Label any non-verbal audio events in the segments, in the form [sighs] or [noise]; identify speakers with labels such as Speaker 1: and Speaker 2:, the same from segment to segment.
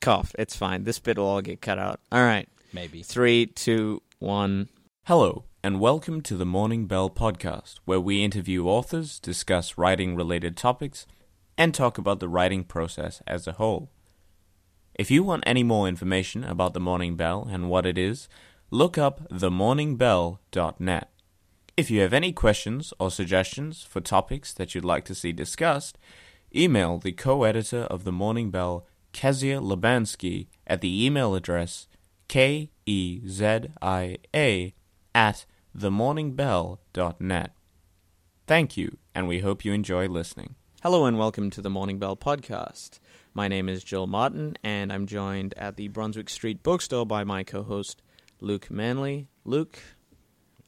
Speaker 1: cough. It's fine. This bit will all get cut out. All right.
Speaker 2: Maybe.
Speaker 1: Three, two, one.
Speaker 3: Hello, and welcome to the Morning Bell podcast, where we interview authors, discuss writing related topics, and talk about the writing process as a whole. If you want any more information about the Morning Bell and what it is, look up themorningbell.net. If you have any questions or suggestions for topics that you'd like to see discussed, email the co editor of the Morning Bell, Kezia Labansky, at the email address K E Z I A at themorningbell.net. Thank you, and we hope you enjoy listening.
Speaker 1: Hello and welcome to the Morning Bell podcast. My name is Jill Martin, and I'm joined at the Brunswick Street Bookstore by my co-host Luke Manley. Luke,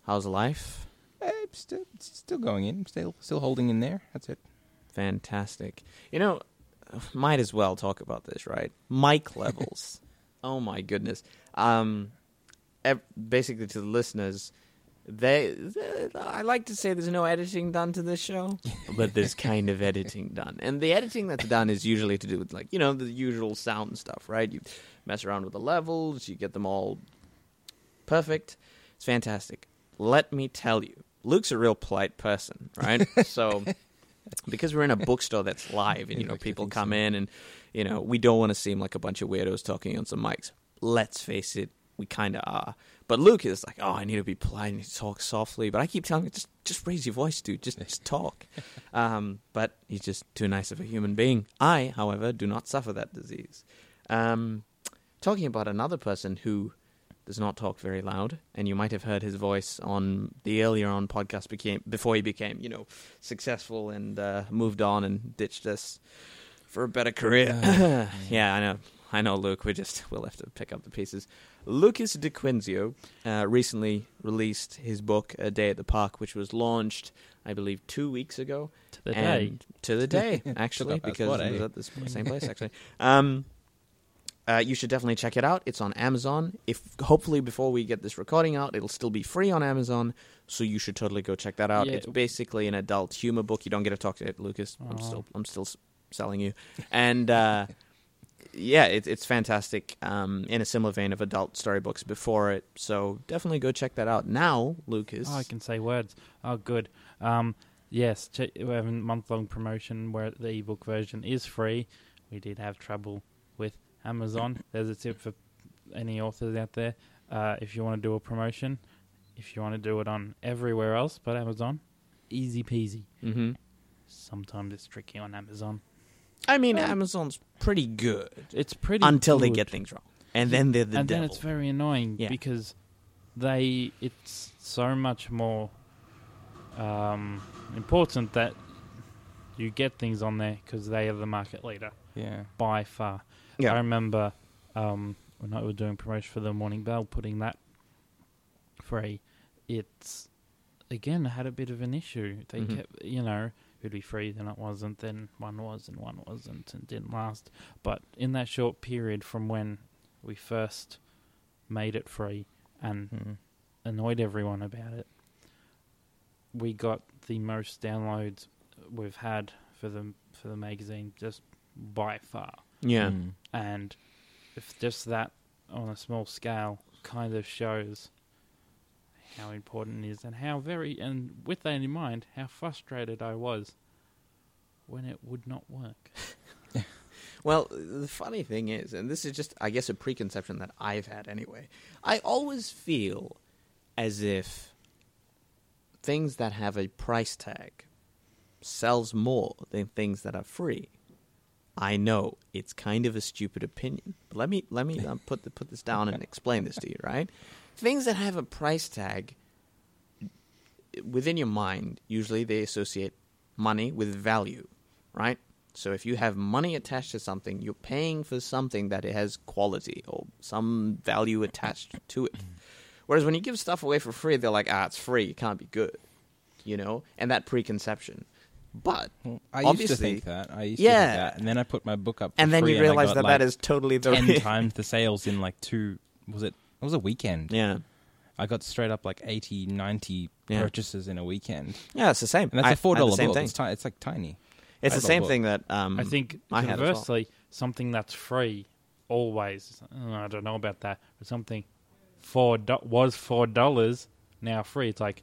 Speaker 1: how's life?
Speaker 2: Eh, it's still, it's still going in. Still, still holding in there. That's it.
Speaker 1: Fantastic. You know, might as well talk about this, right? Mic levels. oh my goodness. Um, ev- basically, to the listeners, they, th- I like to say there's no editing done to this show, but there's kind of editing done, and the editing that's done is usually to do with like you know the usual sound stuff, right? You mess around with the levels, you get them all perfect. It's fantastic. Let me tell you, Luke's a real polite person, right? so because we're in a bookstore that's live and you know people come in and you know we don't want to seem like a bunch of weirdos talking on some mics let's face it we kind of are but luke is like oh i need to be polite and talk softly but i keep telling him just just raise your voice dude just, just talk um, but he's just too nice of a human being i however do not suffer that disease um, talking about another person who does not talk very loud, and you might have heard his voice on the earlier on podcast became before he became you know successful and uh, moved on and ditched us for a better career. [laughs] yeah, I know, I know, Luke. We just [laughs] we'll have to pick up the pieces. Lucas DeQuinzio uh, recently released his book A Day at the Park, which was launched, I believe, two weeks ago.
Speaker 4: To the
Speaker 1: and
Speaker 4: day.
Speaker 1: to the
Speaker 4: [laughs]
Speaker 1: day actually, because it was at the
Speaker 4: eh?
Speaker 1: same place actually. Um, uh, you should definitely check it out. It's on Amazon. If hopefully before we get this recording out, it'll still be free on Amazon. So you should totally go check that out.
Speaker 4: Yeah.
Speaker 1: It's basically an adult humor book. You don't get to talk to it, Lucas. I'm still I'm still s- selling you, and uh, yeah, it, it's fantastic. Um, in a similar vein of adult storybooks before it, so definitely go check that out now, Lucas.
Speaker 4: Oh, I can say words. Oh, good. Um, yes, che we have a month-long promotion where the ebook version is free. We did have trouble with Amazon.
Speaker 1: [coughs]
Speaker 4: There's a tip for any authors out there. Uh, if you want to do a promotion, if you want to do it on everywhere else but Amazon, easy peasy.
Speaker 1: hmm
Speaker 4: Sometimes it's tricky on Amazon.
Speaker 1: I mean, Amazon's pretty good
Speaker 4: It's pretty
Speaker 1: until they
Speaker 4: good.
Speaker 1: get things wrong, and then they're the
Speaker 4: and
Speaker 1: devil.
Speaker 4: then it's very annoying
Speaker 1: Yeah.
Speaker 4: because they it's so much more um, important that you get things on there because they are the market leader
Speaker 2: Yeah.
Speaker 4: by far.
Speaker 1: Yeah.
Speaker 4: I remember um, when I was doing promotion for the Morning Bell, putting that free. It's again had a bit of an issue. They
Speaker 1: Mhm.
Speaker 4: kept, you know, it'd be free, then it wasn't, then one was, and one wasn't, and didn't last. But in that short period from when we first made it free and
Speaker 1: Mm-hmm.
Speaker 2: Mm.
Speaker 4: annoyed everyone about it, we got the most downloads we've had for the for the magazine just by far
Speaker 1: yeah,
Speaker 2: Mm.
Speaker 4: and if just that on a small scale kind of shows how important it is and how very and with that in mind how frustrated i was when it would not work
Speaker 1: Well, the funny thing is, and this is just, I guess, a preconception that I've had anyway, I always feel as if things that have a price tag sells more than things that are free. I know it's kind of a stupid opinion, but let me let me um, put the, put this down and explain this to you. Right, things that have a price tag within your mind, usually they associate money with value, right? So if you have money attached to something, you're paying for something that it has quality or some value attached to it. Whereas when you give stuff away for free, they're like, ah, it's free, it can't be good, you know, and that preconception. But
Speaker 2: Well, I used to
Speaker 1: obviously,
Speaker 2: think that. I used to
Speaker 1: Yeah.
Speaker 2: think that, and then I put my book up, for
Speaker 1: and then
Speaker 2: free
Speaker 1: you
Speaker 2: I
Speaker 1: realize
Speaker 2: got,
Speaker 1: that
Speaker 2: like,
Speaker 1: that is totally the
Speaker 2: ten times the sales in like two. Was it? It was a
Speaker 1: [laughs]
Speaker 2: weekend.
Speaker 1: yeah,
Speaker 2: I got straight up like 80, 90
Speaker 1: Yeah.
Speaker 2: purchases in a weekend,
Speaker 1: yeah, it's the same.
Speaker 2: and that's
Speaker 1: I-
Speaker 2: a
Speaker 1: I
Speaker 2: a
Speaker 1: had
Speaker 2: four dollar
Speaker 1: the same
Speaker 2: book.
Speaker 1: Thing.
Speaker 2: It's, ti- it's like tiny.
Speaker 1: It's
Speaker 2: I
Speaker 1: the
Speaker 2: had a
Speaker 1: same
Speaker 2: book.
Speaker 1: thing that um,
Speaker 4: i think
Speaker 1: I had as well.
Speaker 4: conversely something that's free always. It's like, "Oh, I don't know about that, but something four do- was four dollars now free. It's like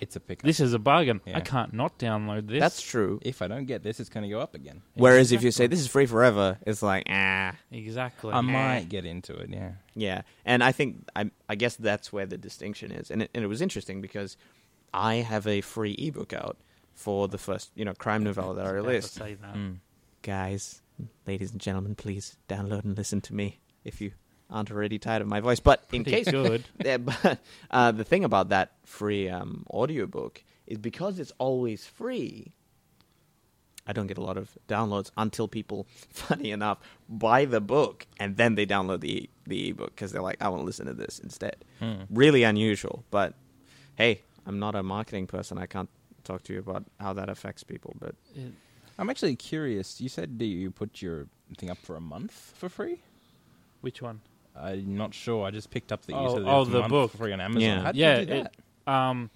Speaker 2: It's a pickup.
Speaker 4: this is a bargain.
Speaker 2: Yeah.
Speaker 4: I can't not download this.
Speaker 1: That's true.
Speaker 2: if I don't get this, it's going to go up again.
Speaker 1: Whereas if you say this is free forever, it's like ah,
Speaker 4: exactly.
Speaker 2: I might get into it. Yeah.
Speaker 1: Yeah, and I think I, I guess that's where the distinction is, and it, and it was interesting because I have a free ebook out for the first you know crime novella that I
Speaker 4: About to
Speaker 1: released.
Speaker 4: say that.
Speaker 1: Guys, ladies and gentlemen, please download and listen to me if you aren't already tired of my voice. But in
Speaker 4: Pretty
Speaker 1: case,
Speaker 4: good.
Speaker 1: [laughs] yeah, but uh, the thing about that free um, audiobook is because it's always free. I don't get a lot of downloads until people, [laughs] funny enough, buy the book and then they download the e, the ebook because they're like, I want to listen to this instead.
Speaker 4: Hmm.
Speaker 1: Really unusual, but hey, I'm not a marketing person. I can't talk to you about how that affects people. But
Speaker 4: It-
Speaker 2: I'm actually curious. You said that you put your thing up for a month for free.
Speaker 4: which one?
Speaker 2: I'm not sure. I just picked up that you
Speaker 4: Oh,
Speaker 2: said that
Speaker 4: oh,
Speaker 2: it's a
Speaker 4: the
Speaker 2: month
Speaker 4: book.
Speaker 2: for free on Amazon.
Speaker 1: Yeah.
Speaker 2: How did
Speaker 4: yeah.
Speaker 2: you do that?
Speaker 4: It, um.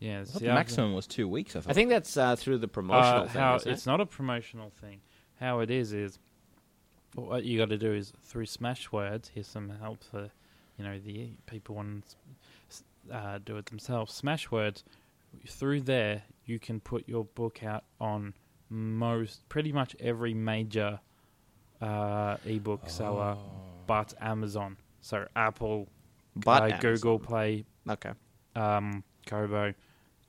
Speaker 4: Yeah.
Speaker 2: I
Speaker 4: see,
Speaker 2: thought
Speaker 4: I've-
Speaker 2: the maximum was two weeks. I thought.
Speaker 1: I think that's uh, through the promotional
Speaker 4: Uh,
Speaker 1: thing.
Speaker 4: how
Speaker 1: isn't it?
Speaker 4: it's not a promotional thing. How it is is what you got to do is through smash words. Here's some help for you know the people want to uh, do it themselves. Smash words through there you can put your book out on most pretty much every major uh, ebook seller,
Speaker 1: Oh.
Speaker 4: but Amazon. So Apple,
Speaker 1: But
Speaker 4: uh,
Speaker 1: Amazon.
Speaker 4: Google Play,
Speaker 1: Okay.
Speaker 4: um, Kobo,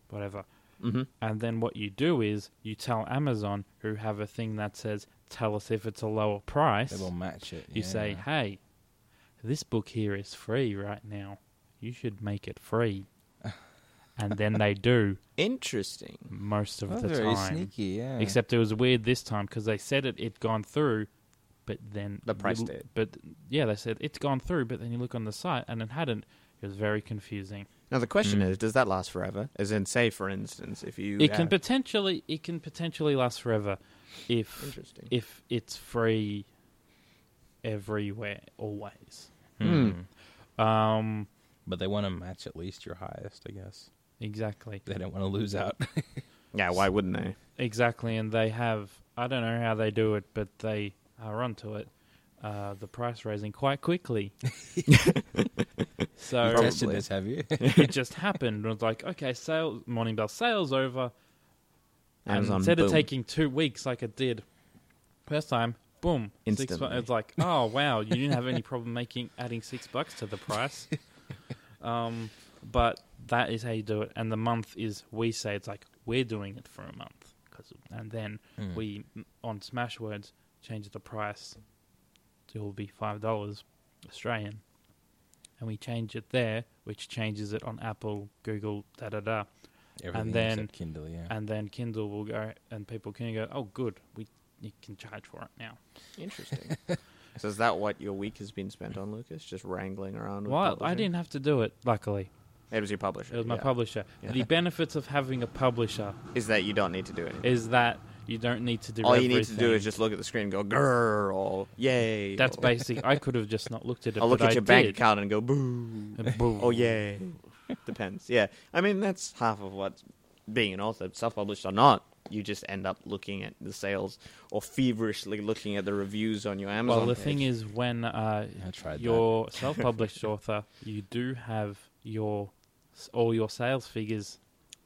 Speaker 4: whatever.
Speaker 1: hmm
Speaker 4: And then what you do is you tell Amazon, who have a thing that says, tell us if it's a lower price.
Speaker 2: they will match it.
Speaker 4: You say,
Speaker 2: yeah.
Speaker 4: hey, this book here is free right now. You should make it
Speaker 2: [laughs]
Speaker 4: free. and then they do
Speaker 1: Interesting.
Speaker 4: most of
Speaker 2: Oh,
Speaker 4: the
Speaker 2: very
Speaker 4: time.
Speaker 2: sneaky. Yeah.
Speaker 4: Except it was weird this time because they said it, it gone through, but then.
Speaker 1: The price
Speaker 4: you-
Speaker 1: did.
Speaker 4: But yeah, they said it's gone through, but then you look on the site and it hadn't. It was very confusing.
Speaker 1: Now the question is, does that last forever? As in, say for instance, if you
Speaker 4: Mm. it can
Speaker 1: have-
Speaker 4: potentially it can potentially last forever if
Speaker 1: Interesting.
Speaker 4: if it's free everywhere always
Speaker 1: Hmm.
Speaker 4: um
Speaker 2: But they want to match at least your highest, I guess.
Speaker 4: exactly
Speaker 2: They don't want to lose out.
Speaker 1: Yeah, why wouldn't they?
Speaker 4: exactly and they have i don't know how they do it but they are onto it uh the price raising quite quickly so
Speaker 2: you [laughs] tested
Speaker 1: Probably.
Speaker 2: this, have you?
Speaker 4: it just happened it was like okay sales morning bell sales over And
Speaker 1: Amazon,
Speaker 4: instead of
Speaker 1: boom.
Speaker 4: taking two weeks like it did first time, boom, six bucks.
Speaker 1: Instantly.
Speaker 4: It's like, oh wow, you didn't have any problem making adding six bucks to the price. um, but that is how you do it, and the month is we say it's like we're doing it for a month, 'cause- and then
Speaker 2: Hmm.
Speaker 4: we on Smashwords change the price. It will be five dollars Australian, and we change it there, which changes it on Apple, Google, da da da
Speaker 2: Everything
Speaker 4: then-
Speaker 2: except Kindle, yeah.
Speaker 4: and then Kindle will go, and people can go, oh, good, we you can charge for it now.
Speaker 1: Interesting. [laughs] so is that what your week has been spent on, Lucas? Just wrangling around? With
Speaker 4: Well, I
Speaker 1: publishing?
Speaker 4: didn't have to do it. Luckily,
Speaker 1: It was your publisher.
Speaker 4: it was my
Speaker 1: yeah.
Speaker 4: publisher.
Speaker 1: Yeah.
Speaker 4: The benefits of having a publisher
Speaker 1: Is that you don't need to do anything?
Speaker 4: is that you don't need to do.
Speaker 1: All you need to do
Speaker 4: everything.
Speaker 1: is just look at the screen and go grrr or yay.
Speaker 4: That's
Speaker 1: or,
Speaker 4: basic. I could have just not looked at it.
Speaker 1: I'll look
Speaker 4: but
Speaker 1: at
Speaker 4: I
Speaker 1: your bank
Speaker 4: did. [laughs]
Speaker 1: account and go boo.
Speaker 4: Uh, boom.
Speaker 1: Oh yay. Depends. Yeah. I mean, that's half of what being an author, self-published or not. You just end up looking at the sales or feverishly looking at the reviews on your Amazon.
Speaker 4: Well, the
Speaker 1: page.
Speaker 4: thing is, when uh,
Speaker 2: I tried
Speaker 4: you're self-published author, you do have your all your sales figures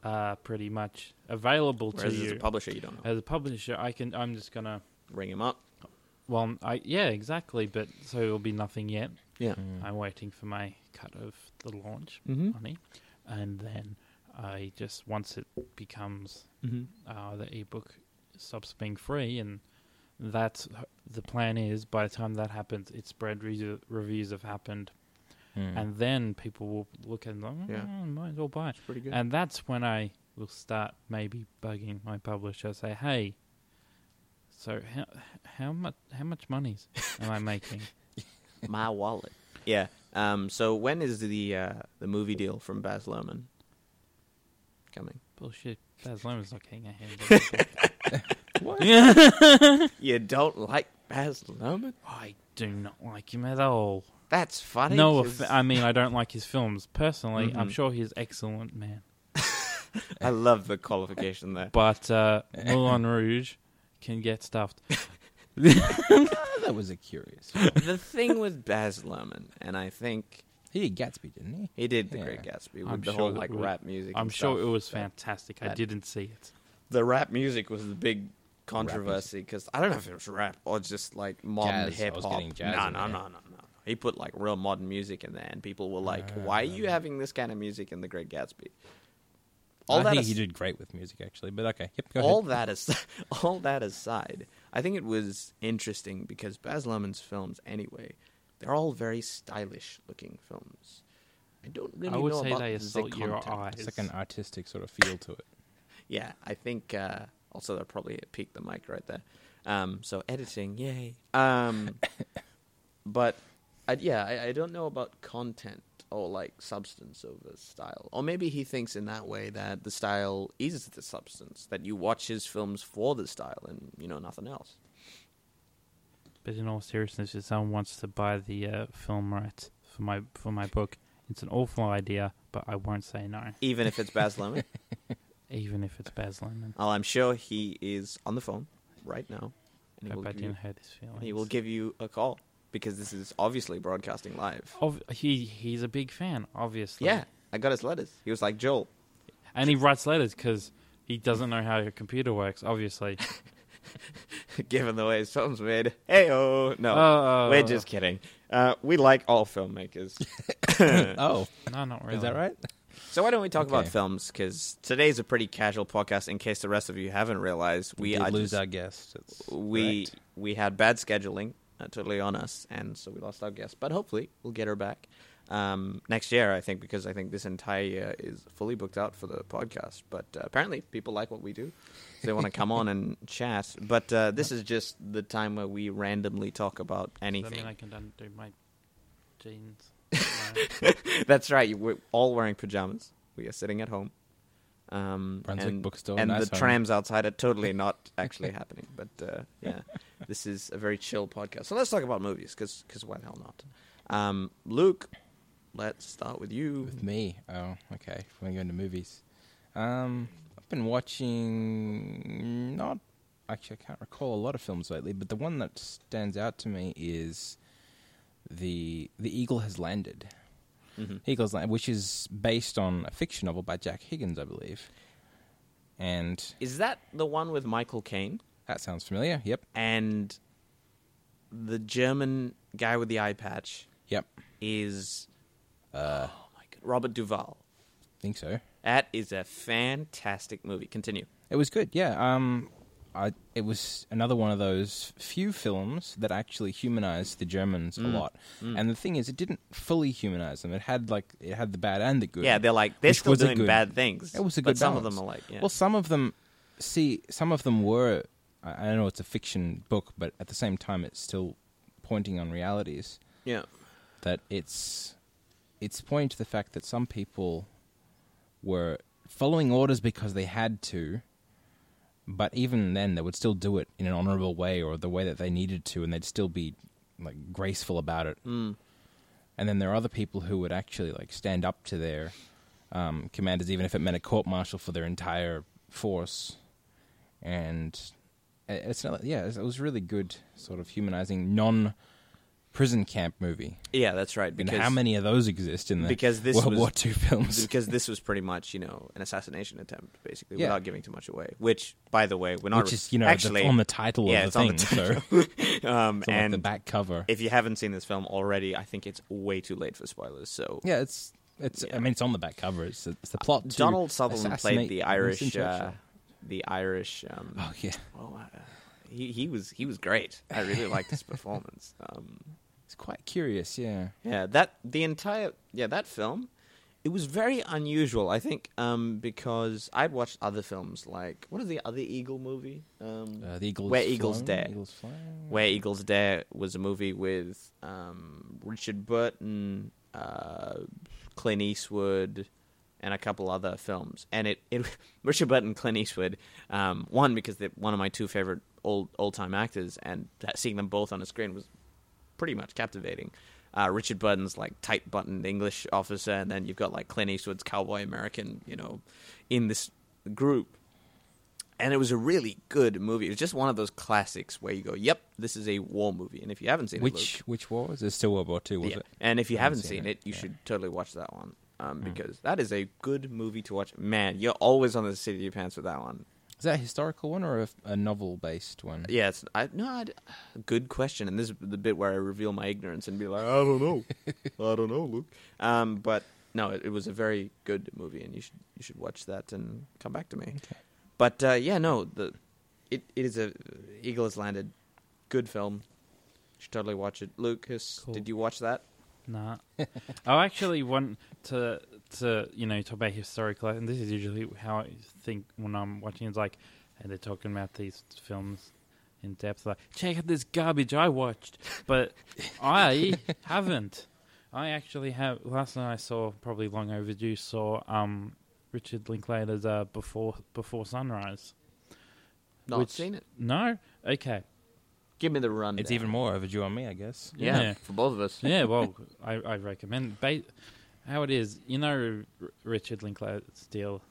Speaker 4: uh, pretty much available
Speaker 1: whereas
Speaker 4: to
Speaker 1: as
Speaker 4: you.
Speaker 1: a publisher, you don't know.
Speaker 4: as a publisher, I can. I'm just gonna.
Speaker 1: Ring him up.
Speaker 4: Well, I yeah, exactly. But so it'll be nothing yet.
Speaker 1: Yeah.
Speaker 2: Hmm.
Speaker 4: I'm waiting for my cut of the launch
Speaker 1: Mhm.
Speaker 4: money, and then I just once it becomes
Speaker 1: Mm-hmm.
Speaker 4: uh, the ebook stops being free, and that's the plan is by the time that happens, it's spread re- reviews have happened,
Speaker 2: that.
Speaker 4: and then people will look and like,
Speaker 1: Yeah.
Speaker 4: "Mm, might as well buy. it."
Speaker 1: Pretty good.
Speaker 4: And that's when I will start maybe bugging my publisher, say, "Hey, so how how much how much monies am
Speaker 1: [laughs]
Speaker 4: I making?"
Speaker 1: My wallet. Yeah. Um. So when is the uh, the movie deal from Baz Luhrmann coming?
Speaker 4: Bullshit. Baz Luhrmann's not getting a hand.
Speaker 1: [laughs] You don't like Baz Luhrmann?
Speaker 4: [laughs] I do not like him at all.
Speaker 1: That's funny.
Speaker 4: no,
Speaker 1: 'cause
Speaker 4: off- I mean I don't like his films personally. I'm
Speaker 1: Mhm.
Speaker 4: sure he's excellent man,
Speaker 1: I [laughs]
Speaker 4: [laughs]
Speaker 1: love the qualification there.
Speaker 4: but uh, Moulin Rouge can get stuffed.
Speaker 2: Oh, that was a curious.
Speaker 4: [laughs]
Speaker 1: the thing with Baz Luhrmann, and I think
Speaker 2: He did Gatsby, didn't he?
Speaker 1: he did The
Speaker 2: Yeah.
Speaker 1: Great Gatsby with
Speaker 4: I'm
Speaker 1: the
Speaker 4: sure
Speaker 1: whole
Speaker 4: that
Speaker 1: like
Speaker 4: we-
Speaker 1: rap music.
Speaker 4: I'm
Speaker 1: and
Speaker 4: sure
Speaker 1: stuff.
Speaker 4: it was
Speaker 1: So
Speaker 4: fantastic. I
Speaker 1: that-
Speaker 4: didn't see it.
Speaker 1: The rap music was the big controversy because I don't know if it was rap or just like modern
Speaker 2: Jazz. I
Speaker 1: hip
Speaker 2: was
Speaker 1: hop.
Speaker 2: getting jazz
Speaker 1: No,
Speaker 2: in
Speaker 1: no, no,
Speaker 2: there.
Speaker 1: no, no. He put like real modern music in there, and people were like,
Speaker 4: Uh,
Speaker 1: "Why are you having this kind of music in The Great Gatsby?" All
Speaker 2: I
Speaker 1: that
Speaker 2: think
Speaker 1: as-
Speaker 2: he did great with music, actually. But okay, yep, go
Speaker 1: all
Speaker 2: ahead.
Speaker 1: that as [laughs] all that aside, I think it was interesting because Baz Luhrmann's films, anyway, they're all very stylish looking films. I don't really
Speaker 4: I would
Speaker 1: know
Speaker 4: say
Speaker 1: about
Speaker 4: they
Speaker 1: the
Speaker 4: assault your
Speaker 1: content.
Speaker 4: eye.
Speaker 2: It's like an artistic sort of feel to
Speaker 4: [laughs]
Speaker 2: it.
Speaker 1: Yeah, I think. Uh, also, that probably peaked the mic right there. Um, so editing, yay. Um, but I, yeah, I, I don't know about content or like substance over style. Or maybe he thinks in that way that the style is the substance. That you watch his films for the style and you know nothing else.
Speaker 4: But in all seriousness, if someone wants to buy the uh, film rights for my for my book, it's an awful idea, but I won't say no,
Speaker 1: Even if it's Baz Luhrmann.
Speaker 4: even if it's Baz Luhrmann.
Speaker 1: well, I'm sure he is on the phone right now, and he,
Speaker 4: I
Speaker 1: will
Speaker 4: bet
Speaker 1: give,
Speaker 4: you
Speaker 1: you,
Speaker 4: didn't hurt his feelings.
Speaker 1: he will give you a call because this is obviously broadcasting live.
Speaker 4: Ob- he he's a big fan, obviously.
Speaker 1: Yeah, I got his letters. He was like, Joel, [laughs]
Speaker 4: and he writes letters because he doesn't know how your computer
Speaker 1: [laughs]
Speaker 4: works. Obviously,
Speaker 1: given the way his film's made. [laughs] Hey oh no.
Speaker 4: Oh.
Speaker 1: we're just kidding. Uh, we like all
Speaker 2: [laughs]
Speaker 1: filmmakers.
Speaker 2: Oh,
Speaker 4: no, not really.
Speaker 2: is that right?
Speaker 1: so why don't we talk about
Speaker 2: Okay.
Speaker 1: films? Because today's a pretty casual podcast. In case the rest of you haven't realized, we
Speaker 2: did
Speaker 1: are
Speaker 2: lose
Speaker 1: just-
Speaker 2: our guest. That's
Speaker 1: we
Speaker 2: correct.
Speaker 1: we had bad scheduling, uh, totally on us, and so we lost our guest. But hopefully, we'll get her back um, next year. I think because I think this entire year is fully booked out for the podcast. But uh, apparently, people like what we do, so they want to come on and chat. But uh, this is just the time where we randomly talk about
Speaker 4: Does that mean
Speaker 1: anything.
Speaker 4: I can done- do my
Speaker 1: [laughs]
Speaker 4: jeans?
Speaker 1: That's right. you- We're all wearing pajamas. We are sitting at home. Um,
Speaker 2: Brunswick
Speaker 1: and,
Speaker 2: bookstore,
Speaker 1: and
Speaker 2: nice
Speaker 1: the
Speaker 2: home.
Speaker 1: trams outside are totally
Speaker 2: [laughs]
Speaker 1: not actually happening. But uh, yeah, this is a very chill podcast. So let's talk about movies, because why the hell not? Um, Luke, let's start with you.
Speaker 2: with me. Oh, okay. We're going to movies. Um, I've been watching not actually I can't recall a lot of films lately, but the one that stands out to me is the The Eagle Has Landed. Eagle's Land, which is based on a fiction novel by Jack Higgins, I believe. And
Speaker 1: Is that the one with Michael Caine
Speaker 2: that sounds familiar. Yep.
Speaker 1: and the German guy with the eye patch?
Speaker 2: Yep.
Speaker 1: Is
Speaker 2: Uh.
Speaker 1: oh my god, Robert Duvall.
Speaker 2: Think so.
Speaker 1: That is a fantastic movie. Continue.
Speaker 2: It was good, yeah. Um, I it was another one of those few films that actually humanized the Germans
Speaker 1: Mm.
Speaker 2: a lot. And the thing is, it didn't fully humanize them. It had like it had the bad and the good.
Speaker 1: Yeah, they're like they're
Speaker 2: which
Speaker 1: still
Speaker 2: was a
Speaker 1: doing
Speaker 2: good-
Speaker 1: bad things.
Speaker 2: It was a good.
Speaker 1: But some of
Speaker 2: balance.
Speaker 1: them are like, yeah.
Speaker 2: well, some of them. See, some of them were. I I know it's a fiction book, but at the same time, it's still pointing on realities
Speaker 1: yeah,
Speaker 2: that it's it's pointing to the fact that some people were following orders because they had to, but even then they would still do it in an honorable way or the way that they needed to, and they'd still be like graceful about it. Mm. And then there are other people who would actually like stand up to their um, commanders, even if it meant a court martial for their entire force. And it- it's not, yeah, it was a really good sort of humanizing non prison camp movie.
Speaker 1: yeah, that's right.
Speaker 2: And
Speaker 1: Because
Speaker 2: how many of those exist in the
Speaker 1: because this
Speaker 2: World
Speaker 1: was-
Speaker 2: War II
Speaker 1: [laughs]
Speaker 2: films?
Speaker 1: Because this was pretty much you know an assassination attempt, basically,
Speaker 2: Yeah.
Speaker 1: without giving too much away. Which, by the way, we're not
Speaker 2: [laughs] Which is, you know, the-
Speaker 1: actually
Speaker 2: on the title
Speaker 1: yeah, it's
Speaker 2: of the
Speaker 1: on
Speaker 2: thing.
Speaker 1: the [laughs] um,
Speaker 2: so [laughs] it's on like,
Speaker 1: and
Speaker 2: the back cover.
Speaker 1: if you haven't seen this film already, I think it's way too late for spoilers. So
Speaker 2: yeah, it's it's. I mean, it's on the back cover. It's it's the plot. to
Speaker 1: Donald Sutherland played
Speaker 2: assassinate
Speaker 1: the
Speaker 2: Winston
Speaker 1: Irish, uh,
Speaker 2: Churchill.
Speaker 1: the Irish. Um,
Speaker 2: oh yeah,
Speaker 1: well, uh, he he was he was great. I really liked
Speaker 2: [laughs]
Speaker 1: his performance. Um,
Speaker 2: it's quite curious. Yeah,
Speaker 1: Yeah, that the entire yeah that film, it was very unusual. I think um, because I'd watched other films like what is the other Eagle movie? Um,
Speaker 2: uh, the eagles.
Speaker 1: Where Eagles
Speaker 2: Flown,
Speaker 1: Dare.
Speaker 2: Eagles Flying.
Speaker 1: Where Eagles Dare was a movie with um, Richard Burton, uh, Clint Eastwood, and a couple other films. And it, it [laughs] Richard Burton, Clint Eastwood, um, one because they're one of my two favorite old old time actors, and that, seeing them both on a screen was pretty much captivating. Uh, Richard Burton's like tight buttoned English officer, and then you've got like Clint Eastwood's cowboy American, you know, in this group and it was a really good movie. It was just one of those classics where you go, "Yep, this is a war movie." And if you haven't seen it, Luke,
Speaker 2: Which which war was? It's still World War Two, was
Speaker 1: yeah.
Speaker 2: it?
Speaker 1: And if you
Speaker 2: I haven't
Speaker 1: haven't
Speaker 2: seen
Speaker 1: seen
Speaker 2: it,
Speaker 1: it, you
Speaker 2: yeah. Mm.
Speaker 1: should totally watch that one um, because that is a good movie to watch. Man, you're always on the seat of your pants with that one.
Speaker 2: Is that a historical one or a, a novel based one?
Speaker 1: Yeah, it's I, no, I, [sighs] good question. And this is the bit where I reveal my ignorance and be like, I don't know, I don't know, Luke. Um, but no, it, it was a very good movie, and you should you should watch that and come back to me.
Speaker 2: Okay.
Speaker 1: But uh, yeah, no, the it, it is a Eagle has landed, good film. Should totally watch it. Lucas,
Speaker 4: Cool.
Speaker 1: did you watch that?
Speaker 4: Nah. [laughs] I actually want to to you know talk about historical, and this is usually how I think when I'm watching. It's like, and they're talking about these films in depth. Like, check out this garbage I watched, but I haven't. I actually have. Last night I saw probably long overdue. Saw um Richard Linklater's uh, Before Before Sunrise.
Speaker 1: Not
Speaker 4: Which-
Speaker 1: seen it.
Speaker 4: No. Okay.
Speaker 1: Give me the run.
Speaker 2: It's even more overdue on me, I guess.
Speaker 1: yeah,
Speaker 4: Yeah.
Speaker 1: for both of us.
Speaker 4: yeah, well, I, I recommend ba- how it is. You know, R- Richard Linklater's deal.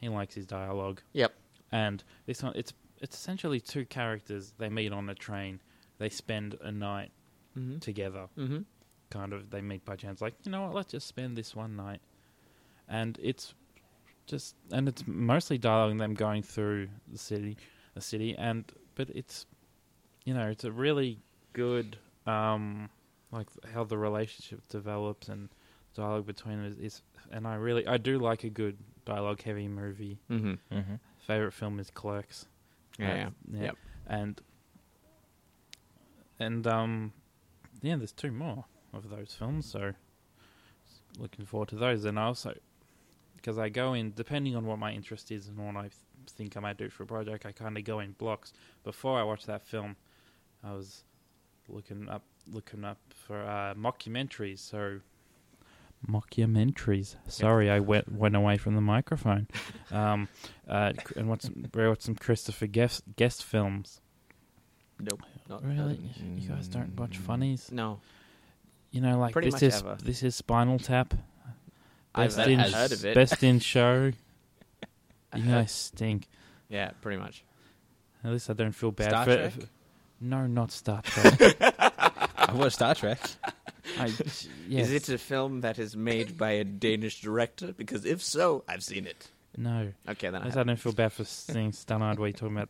Speaker 4: He likes his dialogue,
Speaker 1: Yep.
Speaker 4: and this one it's it's essentially two characters. They meet on a train. They spend a night
Speaker 1: Mm-hmm.
Speaker 4: together.
Speaker 1: Mm-hmm.
Speaker 4: Kind of, they meet by chance. Like, you know what? Let's just spend this one night, and it's just and it's mostly dialogue and them going through the city, the city, and but it's you know it's a really good um like how the relationship develops and dialogue between it is and I really I do like a good dialogue heavy movie.
Speaker 1: Mm-hmm.
Speaker 2: Mm-hmm.
Speaker 4: Favorite film is Clerks.
Speaker 1: Yeah.
Speaker 4: Uh, yeah.
Speaker 1: Yep.
Speaker 4: And and um yeah, there's two more of those films, so looking forward to those. And I also because I go in depending on what my interest is and what I th- think I might do for a project, I kind of go in blocks. Before I watched that film, I was looking up looking up for uh, mockumentaries. So mockumentaries. Sorry, I went went away from the [laughs] microphone. Um, uh, and watched some, we watched some Christopher Guest guest films.
Speaker 1: Nope. Not
Speaker 4: Oh, Really, you guys don't watch funnies?
Speaker 1: No.
Speaker 4: Mm. You know, like
Speaker 1: Pretty
Speaker 4: this
Speaker 1: much
Speaker 4: is
Speaker 1: ever.
Speaker 4: this is Spinal Tap.
Speaker 1: I've
Speaker 4: Best
Speaker 1: heard-
Speaker 4: in
Speaker 1: I've heard of it. [laughs]
Speaker 4: best in show. You guys stink.
Speaker 1: Yeah, pretty much.
Speaker 4: At least I don't feel bad
Speaker 2: Star
Speaker 4: for
Speaker 2: Trek?
Speaker 1: [laughs]
Speaker 4: No, not Star Trek.
Speaker 2: I watched Star Trek.
Speaker 4: I, yes.
Speaker 1: Is it a film that is made by a Danish director? Because if so, I've seen it.
Speaker 4: no.
Speaker 1: Okay, then
Speaker 4: At
Speaker 1: I
Speaker 4: least I
Speaker 1: haven't.
Speaker 4: don't feel bad for seeing Stannard while you're talking about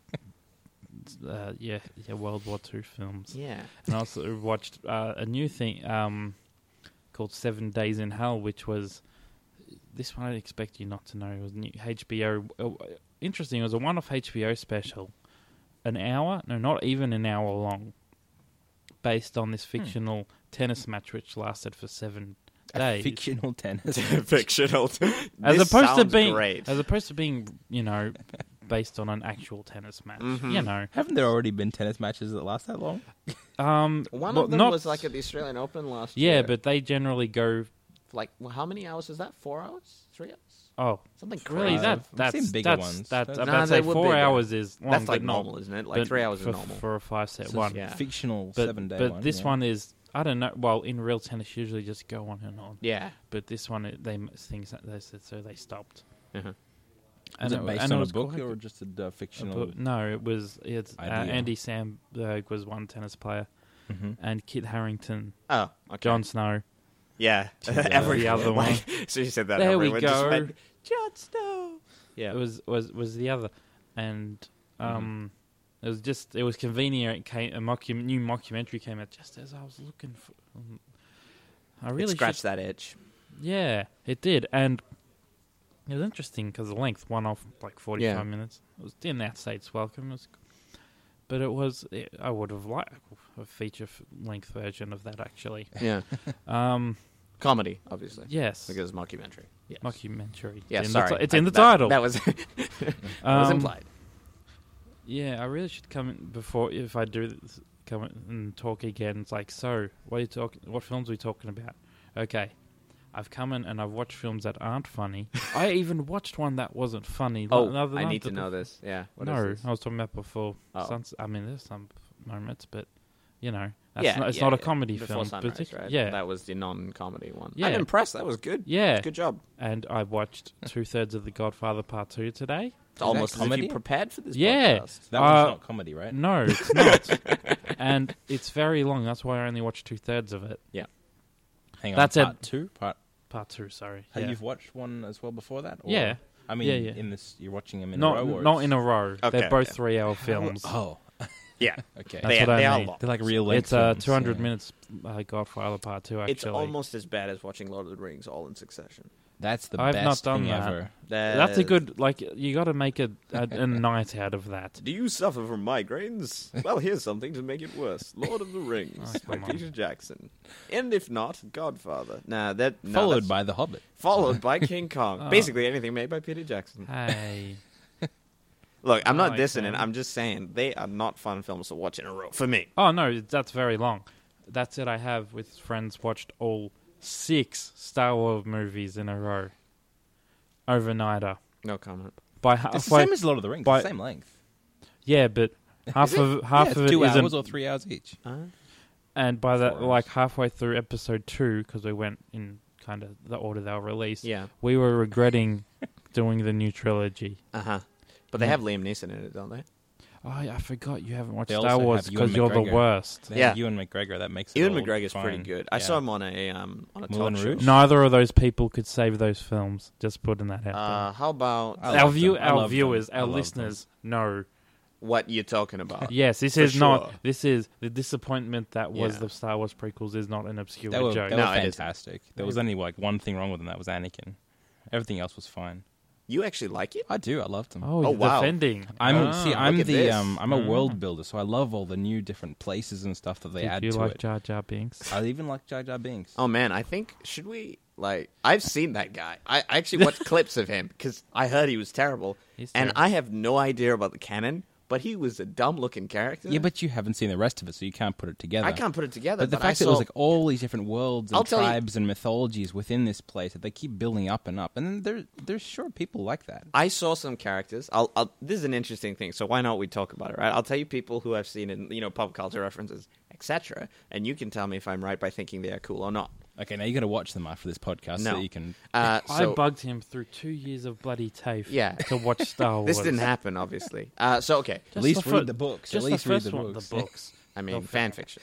Speaker 4: uh, yeah, yeah, World War Two films.
Speaker 1: Yeah.
Speaker 4: And I also watched uh, a new thing um, called Seven Days in Hell, which was this one I'd expect you not to know. It was new HBO. Uh, interesting. It was a one-off HBO special, an hour, no, not even an hour long, based on
Speaker 1: Hmm.
Speaker 4: this fictional tennis match which lasted for seven
Speaker 2: A [laughs]
Speaker 4: days.
Speaker 2: fictional
Speaker 1: [laughs] [laughs]
Speaker 2: tennis.
Speaker 1: Fictional.
Speaker 4: as
Speaker 1: This
Speaker 4: opposed to
Speaker 1: sounds
Speaker 4: being
Speaker 1: great.
Speaker 4: as opposed to being you know based on an actual tennis match
Speaker 1: Mm-hmm.
Speaker 4: you know
Speaker 2: Haven't there already been tennis matches that last that long?
Speaker 4: um
Speaker 1: One
Speaker 4: well,
Speaker 1: of them
Speaker 4: not-
Speaker 1: was like at the Australian Open last
Speaker 4: yeah
Speaker 1: year.
Speaker 4: but they generally go
Speaker 1: like, well, how many hours was that? Four hours? Three hours?
Speaker 4: oh
Speaker 1: Something crazy.
Speaker 4: really
Speaker 2: Uh, I've
Speaker 4: that
Speaker 2: seen
Speaker 4: that's
Speaker 2: bigger
Speaker 4: that's
Speaker 2: ones.
Speaker 4: that's
Speaker 2: That's-
Speaker 4: about
Speaker 1: Nah,
Speaker 4: to
Speaker 1: they
Speaker 4: say
Speaker 1: were
Speaker 4: four
Speaker 1: bigger.
Speaker 4: hours is long,
Speaker 1: That's like
Speaker 4: but not-
Speaker 1: normal, isn't it? Like
Speaker 4: but
Speaker 1: three hours
Speaker 4: for,
Speaker 1: is normal.
Speaker 4: for a five set
Speaker 2: It's a
Speaker 4: one
Speaker 1: yeah.
Speaker 2: Fictional
Speaker 4: but,
Speaker 2: seven day
Speaker 4: but
Speaker 2: one.
Speaker 4: this
Speaker 2: yeah.
Speaker 4: one is I don't know well in real tennis usually just go on and on
Speaker 1: yeah.
Speaker 4: but this one it, they things that they said so they stopped
Speaker 1: Uh-huh.
Speaker 2: was it
Speaker 4: wa-
Speaker 2: based on a
Speaker 4: was
Speaker 2: book
Speaker 4: quite-
Speaker 2: or just a uh,
Speaker 4: a
Speaker 2: fictional?
Speaker 4: book- No, it was it's uh,
Speaker 2: Idea.
Speaker 4: Andy Samberg was one tennis player,
Speaker 2: Mhm.
Speaker 4: and Kit Harrington,
Speaker 1: Oh, okay.
Speaker 4: Jon
Speaker 1: [laughs]
Speaker 4: Snow.
Speaker 1: Yeah. [laughs]
Speaker 4: Every the other one.
Speaker 1: so you said that.
Speaker 4: There we
Speaker 1: everyone Just
Speaker 4: go.
Speaker 1: went, Jon Snow. Yeah. Mm-hmm.
Speaker 4: It was was was the other, and um, it was just it was convenient. It came a mockum, new mockumentary came out just as I was looking for. um, I
Speaker 1: It
Speaker 4: really
Speaker 1: scratched
Speaker 4: should-
Speaker 1: that
Speaker 4: [laughs]
Speaker 1: itch.
Speaker 4: Yeah, it did, and it was interesting because the length one off like forty five
Speaker 1: Yeah.
Speaker 4: minutes. It was in that state's welcome. It was, but it was it, I would have liked a feature f- length version of that actually.
Speaker 1: Yeah.
Speaker 4: Um,
Speaker 1: Comedy, obviously.
Speaker 4: yes,
Speaker 1: Because it's mockumentary. Yes.
Speaker 4: mockumentary.
Speaker 1: Yeah,
Speaker 4: it's in
Speaker 1: sorry.
Speaker 4: The, ti- it's
Speaker 1: I-
Speaker 4: in the
Speaker 1: that-
Speaker 4: title.
Speaker 1: That was, [laughs] that was
Speaker 4: Um,
Speaker 1: implied.
Speaker 4: Yeah, I really should come in before if I do this, come in and talk again. It's like, so what are you talking? What films are we talking about? Okay, I've come in and I've watched films that aren't
Speaker 1: [laughs]
Speaker 4: funny. I even watched one that wasn't funny.
Speaker 1: Oh,
Speaker 4: Another-
Speaker 1: I
Speaker 4: another-
Speaker 1: need to know this. Yeah. What is
Speaker 4: no,
Speaker 1: this?
Speaker 4: I was talking about before.
Speaker 1: Oh.
Speaker 4: Suns- I mean, there's some moments, but you know, that's
Speaker 1: yeah,
Speaker 4: not, it's
Speaker 1: yeah,
Speaker 4: not a
Speaker 1: yeah.
Speaker 4: comedy
Speaker 1: Before
Speaker 4: film.
Speaker 1: Sunrise,
Speaker 4: partic-
Speaker 1: right?
Speaker 4: Yeah,
Speaker 1: That was the non-comedy one.
Speaker 4: Yeah.
Speaker 1: I'm impressed. That was good.
Speaker 4: yeah.
Speaker 1: Good job. [laughs]
Speaker 4: And I watched two thirds of The Godfather Part Two today.
Speaker 1: It's almost as if
Speaker 2: comedy?
Speaker 1: you prepared for this
Speaker 4: Yeah.
Speaker 1: podcast.
Speaker 2: That one's
Speaker 4: Uh,
Speaker 2: not comedy, right?
Speaker 4: No, it's
Speaker 1: [laughs]
Speaker 4: not. and it's very long. That's why I only watched two thirds of it.
Speaker 2: Hang on.
Speaker 4: that's a-
Speaker 2: part two. Part.
Speaker 4: Part two, sorry.
Speaker 2: Hey,
Speaker 4: yeah.
Speaker 2: You've watched one as well before that? Or,
Speaker 4: Yeah.
Speaker 2: I mean,
Speaker 4: Yeah, yeah.
Speaker 2: in this, you're watching them in
Speaker 4: not
Speaker 2: a row. Or
Speaker 4: not
Speaker 2: it's-
Speaker 4: in a row.
Speaker 1: Okay,
Speaker 4: They're both
Speaker 1: yeah.
Speaker 4: three hour films.
Speaker 2: Oh,
Speaker 1: Yeah,
Speaker 2: okay.
Speaker 4: That's
Speaker 1: they,
Speaker 4: what I
Speaker 1: they are
Speaker 4: mean.
Speaker 1: long.
Speaker 2: They're like real [laughs] length
Speaker 4: it's uh,
Speaker 2: films,
Speaker 4: two hundred
Speaker 2: yeah.
Speaker 4: minutes. Uh, Godfather Part Two. Actually,
Speaker 1: It's almost as bad as watching Lord of the Rings all in succession.
Speaker 2: That's the
Speaker 4: I've not
Speaker 2: best
Speaker 4: done
Speaker 2: thing
Speaker 4: that.
Speaker 2: ever.
Speaker 1: That
Speaker 4: that's a
Speaker 1: is-
Speaker 4: good like. You got to make a, a
Speaker 2: [laughs]
Speaker 4: a night out of that.
Speaker 1: Do you suffer from migraines? Well, here's something to make it worse: Lord
Speaker 4: [laughs]
Speaker 1: of the Rings
Speaker 4: Oh,
Speaker 1: by
Speaker 4: come on.
Speaker 1: Peter Jackson, and if not, Godfather. Nah, that no,
Speaker 2: Followed
Speaker 1: that's-
Speaker 2: by The Hobbit.
Speaker 1: followed
Speaker 4: [laughs]
Speaker 1: by King Kong.
Speaker 4: Oh.
Speaker 1: Basically, anything made by Peter Jackson.
Speaker 4: Hey,
Speaker 1: Look, I'm not
Speaker 4: Alright,
Speaker 1: dissing it.
Speaker 4: then.
Speaker 1: I'm just saying they are not fun films to watch in a row for me.
Speaker 4: [laughs] oh no, that's very long. That's it. I have with friends watched all six Star Wars movies in a row. Overnighter
Speaker 1: No comment.
Speaker 4: by
Speaker 2: It's
Speaker 4: halfway.
Speaker 2: the same as Lord of the Rings.
Speaker 4: by-
Speaker 2: it's the same length.
Speaker 4: yeah, but
Speaker 2: [laughs]
Speaker 4: half of half
Speaker 2: yeah, it's
Speaker 4: of it
Speaker 2: two
Speaker 4: isn't-
Speaker 2: hours or three hours each.
Speaker 1: Uh,
Speaker 4: and by the
Speaker 2: Four hours.
Speaker 4: like halfway through episode two because we went in kind of the order they were released.
Speaker 1: Yeah.
Speaker 4: we were regretting [laughs] doing the new trilogy.
Speaker 1: Uh huh.
Speaker 2: Uh-huh.
Speaker 1: But they
Speaker 2: Hmm.
Speaker 4: Yeah.
Speaker 1: have Liam Neeson in it, don't they?
Speaker 4: Oh, I forgot you haven't watched
Speaker 2: They
Speaker 4: Star
Speaker 2: also
Speaker 4: Wars
Speaker 2: have Ewan
Speaker 4: because you're the
Speaker 2: McGregor.
Speaker 4: worst.
Speaker 2: They have
Speaker 1: Yeah.
Speaker 2: Ewan McGregor. That makes it
Speaker 1: Ewan
Speaker 2: all
Speaker 1: McGregor's pretty
Speaker 2: fine.
Speaker 1: good. I
Speaker 2: Yeah.
Speaker 1: saw him on a um on a
Speaker 2: Moulin
Speaker 1: talk show.
Speaker 2: Rouge?
Speaker 4: Neither of those people could save those films. Just putting that out
Speaker 1: Uh, how about
Speaker 2: I
Speaker 4: there. Our
Speaker 2: love
Speaker 4: view,
Speaker 2: them. I
Speaker 4: our
Speaker 2: love them.
Speaker 4: viewers,
Speaker 2: I
Speaker 4: our
Speaker 2: love them.
Speaker 4: listeners
Speaker 2: [laughs]
Speaker 4: know.
Speaker 1: what you're talking about?
Speaker 4: Yes, this
Speaker 1: For
Speaker 4: is not.
Speaker 1: sure.
Speaker 4: This is the disappointment that was
Speaker 1: Yeah.
Speaker 4: the Star Wars prequels is not an obscure
Speaker 2: They were,
Speaker 4: joke.
Speaker 2: they were
Speaker 1: No, it isn't.
Speaker 2: fantastic. There was only like one thing wrong with them. That was Anakin. Everything else was fine.
Speaker 1: You actually like it?
Speaker 2: I do. I loved them.
Speaker 4: oh,
Speaker 1: Oh,
Speaker 4: you're
Speaker 1: wow.
Speaker 4: defending.
Speaker 2: I'm
Speaker 4: Ah.
Speaker 2: see. I'm
Speaker 1: at
Speaker 2: the
Speaker 1: this.
Speaker 2: um. I'm a
Speaker 4: Mm.
Speaker 2: world builder, so I love all the new different places and stuff that they
Speaker 4: Did
Speaker 2: add
Speaker 4: you
Speaker 2: to
Speaker 4: like
Speaker 2: it.
Speaker 4: Jar Jar Binks?
Speaker 2: I even like Jar Jar Binks.
Speaker 1: Oh man, I think should we like? I've seen that guy. I, I actually
Speaker 2: [laughs]
Speaker 1: watched clips of him because I heard he was terrible,
Speaker 4: He's
Speaker 1: and
Speaker 4: terrible.
Speaker 1: I have no idea about the canon. But he was a dumb looking character.
Speaker 2: yeah, but you haven't seen the rest of it, so you can't put it together.
Speaker 1: I can't put it together.
Speaker 2: But the
Speaker 1: I
Speaker 2: fact that it
Speaker 1: saw-
Speaker 2: was like all these different worlds and
Speaker 1: I'll tell you-
Speaker 2: tribes and mythologies within this place that they keep building up and up, and then there there's sure people like that.
Speaker 1: I saw some characters. I'll, I'll, this is an interesting thing, so why not we talk about it, right? I'll tell you people who I've seen in you know pop culture references, etc., and you can tell me if I'm right by thinking they are cool or not.
Speaker 2: Okay, now you got to watch them after this podcast so
Speaker 1: No.
Speaker 2: that you can.
Speaker 1: Uh,
Speaker 4: I
Speaker 1: so
Speaker 4: bugged him through two years of bloody TAFE
Speaker 1: Yeah. [laughs]
Speaker 4: to watch Star Wars.
Speaker 1: this didn't happen, obviously. Uh, so okay,
Speaker 4: Just
Speaker 2: least
Speaker 4: the
Speaker 2: read
Speaker 4: fir-
Speaker 2: the books. At
Speaker 4: Just
Speaker 2: least
Speaker 4: the
Speaker 2: read
Speaker 4: first
Speaker 2: the
Speaker 4: one,
Speaker 2: books.
Speaker 4: The books.
Speaker 1: I
Speaker 4: Oh,
Speaker 1: mean
Speaker 4: fuck.
Speaker 1: fan fiction,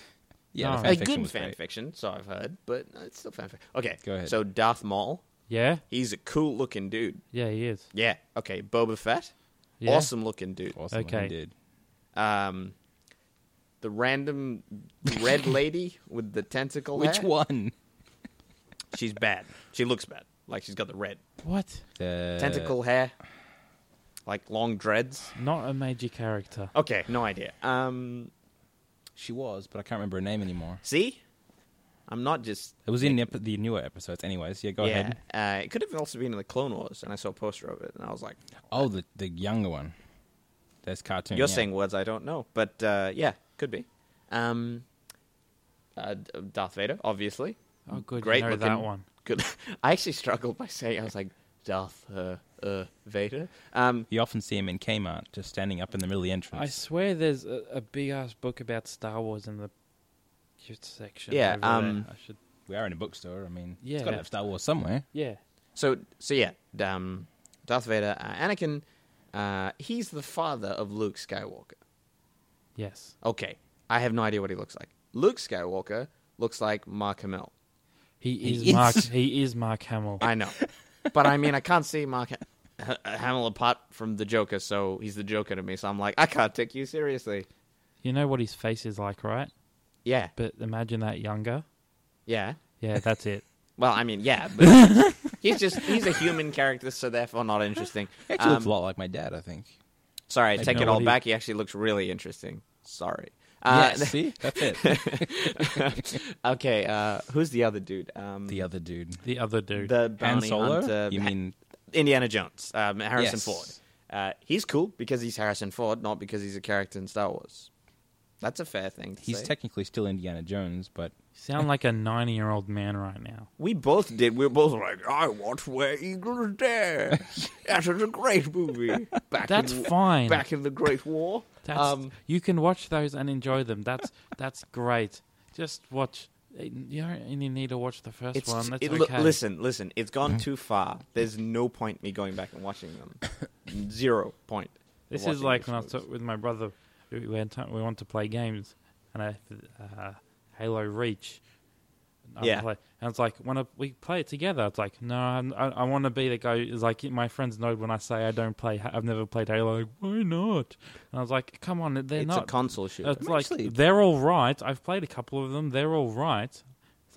Speaker 2: Yeah,
Speaker 4: Oh.
Speaker 2: the
Speaker 1: a
Speaker 2: fan fiction
Speaker 1: good
Speaker 2: was
Speaker 1: fan
Speaker 2: great.
Speaker 1: fiction, so I've heard, but it's still fan fiction. Okay,
Speaker 2: Go ahead.
Speaker 1: So Darth Maul,
Speaker 4: Yeah,
Speaker 1: he's a cool looking dude.
Speaker 4: yeah, he is.
Speaker 1: Yeah. Okay, Boba Fett,
Speaker 4: Yeah.
Speaker 1: awesome looking dude.
Speaker 2: Awesome,
Speaker 4: Okay.
Speaker 2: okay, dude.
Speaker 1: Um, the random [laughs] red lady with the tentacle.
Speaker 2: Which
Speaker 1: hair?
Speaker 2: one?
Speaker 1: She's bad. She looks bad. Like she's got the red
Speaker 4: What?
Speaker 2: The
Speaker 1: tentacle hair, like long dreads.
Speaker 4: Not a major character.
Speaker 1: Okay, no idea. Um,
Speaker 2: She was, but I can't remember her name anymore.
Speaker 1: see, I'm not just.
Speaker 2: It was in the, ep- the newer episodes, anyways. Yeah, go
Speaker 1: yeah,
Speaker 2: ahead.
Speaker 1: uh, it could have also been in the Clone Wars, and I saw a poster of it, and I was like,
Speaker 2: Oh, the the younger one. That's cartoon.
Speaker 1: "You're
Speaker 2: yeah.
Speaker 1: saying words I don't know," but uh, yeah, could be. Um, uh, D- Darth Vader, obviously.
Speaker 4: Oh, good.
Speaker 1: Great
Speaker 4: you know
Speaker 1: looking.
Speaker 4: that one.
Speaker 1: Good. [laughs] I actually struggled by saying I was like Darth uh, uh, Vader. Um,
Speaker 2: you often see him in Kmart, just standing up in the middle of the entrance.
Speaker 4: I swear, there's a, a big ass book about Star Wars in the gift section.
Speaker 1: Yeah,
Speaker 4: over there.
Speaker 1: um,
Speaker 4: I should.
Speaker 2: we are in a bookstore. I mean, it's
Speaker 4: Yeah.
Speaker 2: got to have Star Wars somewhere.
Speaker 4: Yeah,
Speaker 1: So so yeah, um, Darth Vader, uh, Anakin, uh, he's the father of Luke Skywalker.
Speaker 4: yes.
Speaker 1: Okay, I have no idea what he looks like. Luke Skywalker looks like Mark Hamill.
Speaker 4: He is,
Speaker 1: [laughs]
Speaker 2: is.
Speaker 4: Mark. He is Mark Hamill.
Speaker 1: I [laughs] know, but I mean I can't see Mark ha- Ha- Hamill apart from the Joker, so he's the Joker to me. So I'm like I can't take you seriously.
Speaker 4: you know what his face is like, right?
Speaker 1: Yeah,
Speaker 4: But imagine that younger.
Speaker 1: yeah.
Speaker 4: Yeah, that's it.
Speaker 1: Well, I mean, yeah, [laughs] but he's just he's a human character, so therefore not interesting.
Speaker 2: He actually looks
Speaker 1: Um,
Speaker 2: a lot like my dad, I think.
Speaker 1: Sorry, I
Speaker 2: Like
Speaker 1: take it all
Speaker 4: nobody-
Speaker 1: back. He actually looks really interesting. Sorry.
Speaker 2: Yeah,
Speaker 1: Uh, [laughs]
Speaker 2: see, that's it.
Speaker 1: okay, uh, who's the other dude? Um,
Speaker 2: the other dude,
Speaker 4: The other
Speaker 1: [laughs]
Speaker 4: dude.
Speaker 1: the
Speaker 2: Han
Speaker 1: bounty
Speaker 2: Solo.
Speaker 1: hunter.
Speaker 2: you mean
Speaker 1: Indiana Jones? Um, Harrison
Speaker 2: Yes.
Speaker 1: Ford. Uh, he's cool because he's Harrison Ford, not because he's a character in Star Wars. That's a fair thing to
Speaker 2: he's
Speaker 1: say.
Speaker 2: technically still Indiana Jones, but
Speaker 4: Sound like a ninety-year-old man right now.
Speaker 1: we both did. We were both like, I watched Where Eagles
Speaker 4: [laughs]
Speaker 1: Dare. that was a great movie. Back
Speaker 4: That's
Speaker 1: in,
Speaker 4: fine.
Speaker 1: Back in the Great War.
Speaker 4: [laughs] That's
Speaker 1: um,
Speaker 4: [laughs] you can watch those and enjoy them. That's that's great. Just watch You don't really need to watch the first
Speaker 1: It's
Speaker 4: one. That's
Speaker 1: it- li-
Speaker 4: okay. Mm-hmm.
Speaker 1: listen, listen. It's gone too far. There's no point me going back and watching them. Zero point.
Speaker 4: This
Speaker 1: watching
Speaker 4: is like
Speaker 1: these
Speaker 4: when I
Speaker 1: movies.
Speaker 4: was with my brother. We went on- we want to play games, and I uh, Halo Reach. I
Speaker 1: Yeah.
Speaker 4: play- and it's like when I, we play it together, it's like no, I'm, I, I want to be the guy. It's like my friends know when I say I don't play. I've never played Halo. Like, Why not? And I was like, come on, they're
Speaker 1: it's
Speaker 4: not.
Speaker 1: a console shooter.
Speaker 4: it's like
Speaker 2: Actually-
Speaker 4: they're all right. I've played a couple of them. They're all right.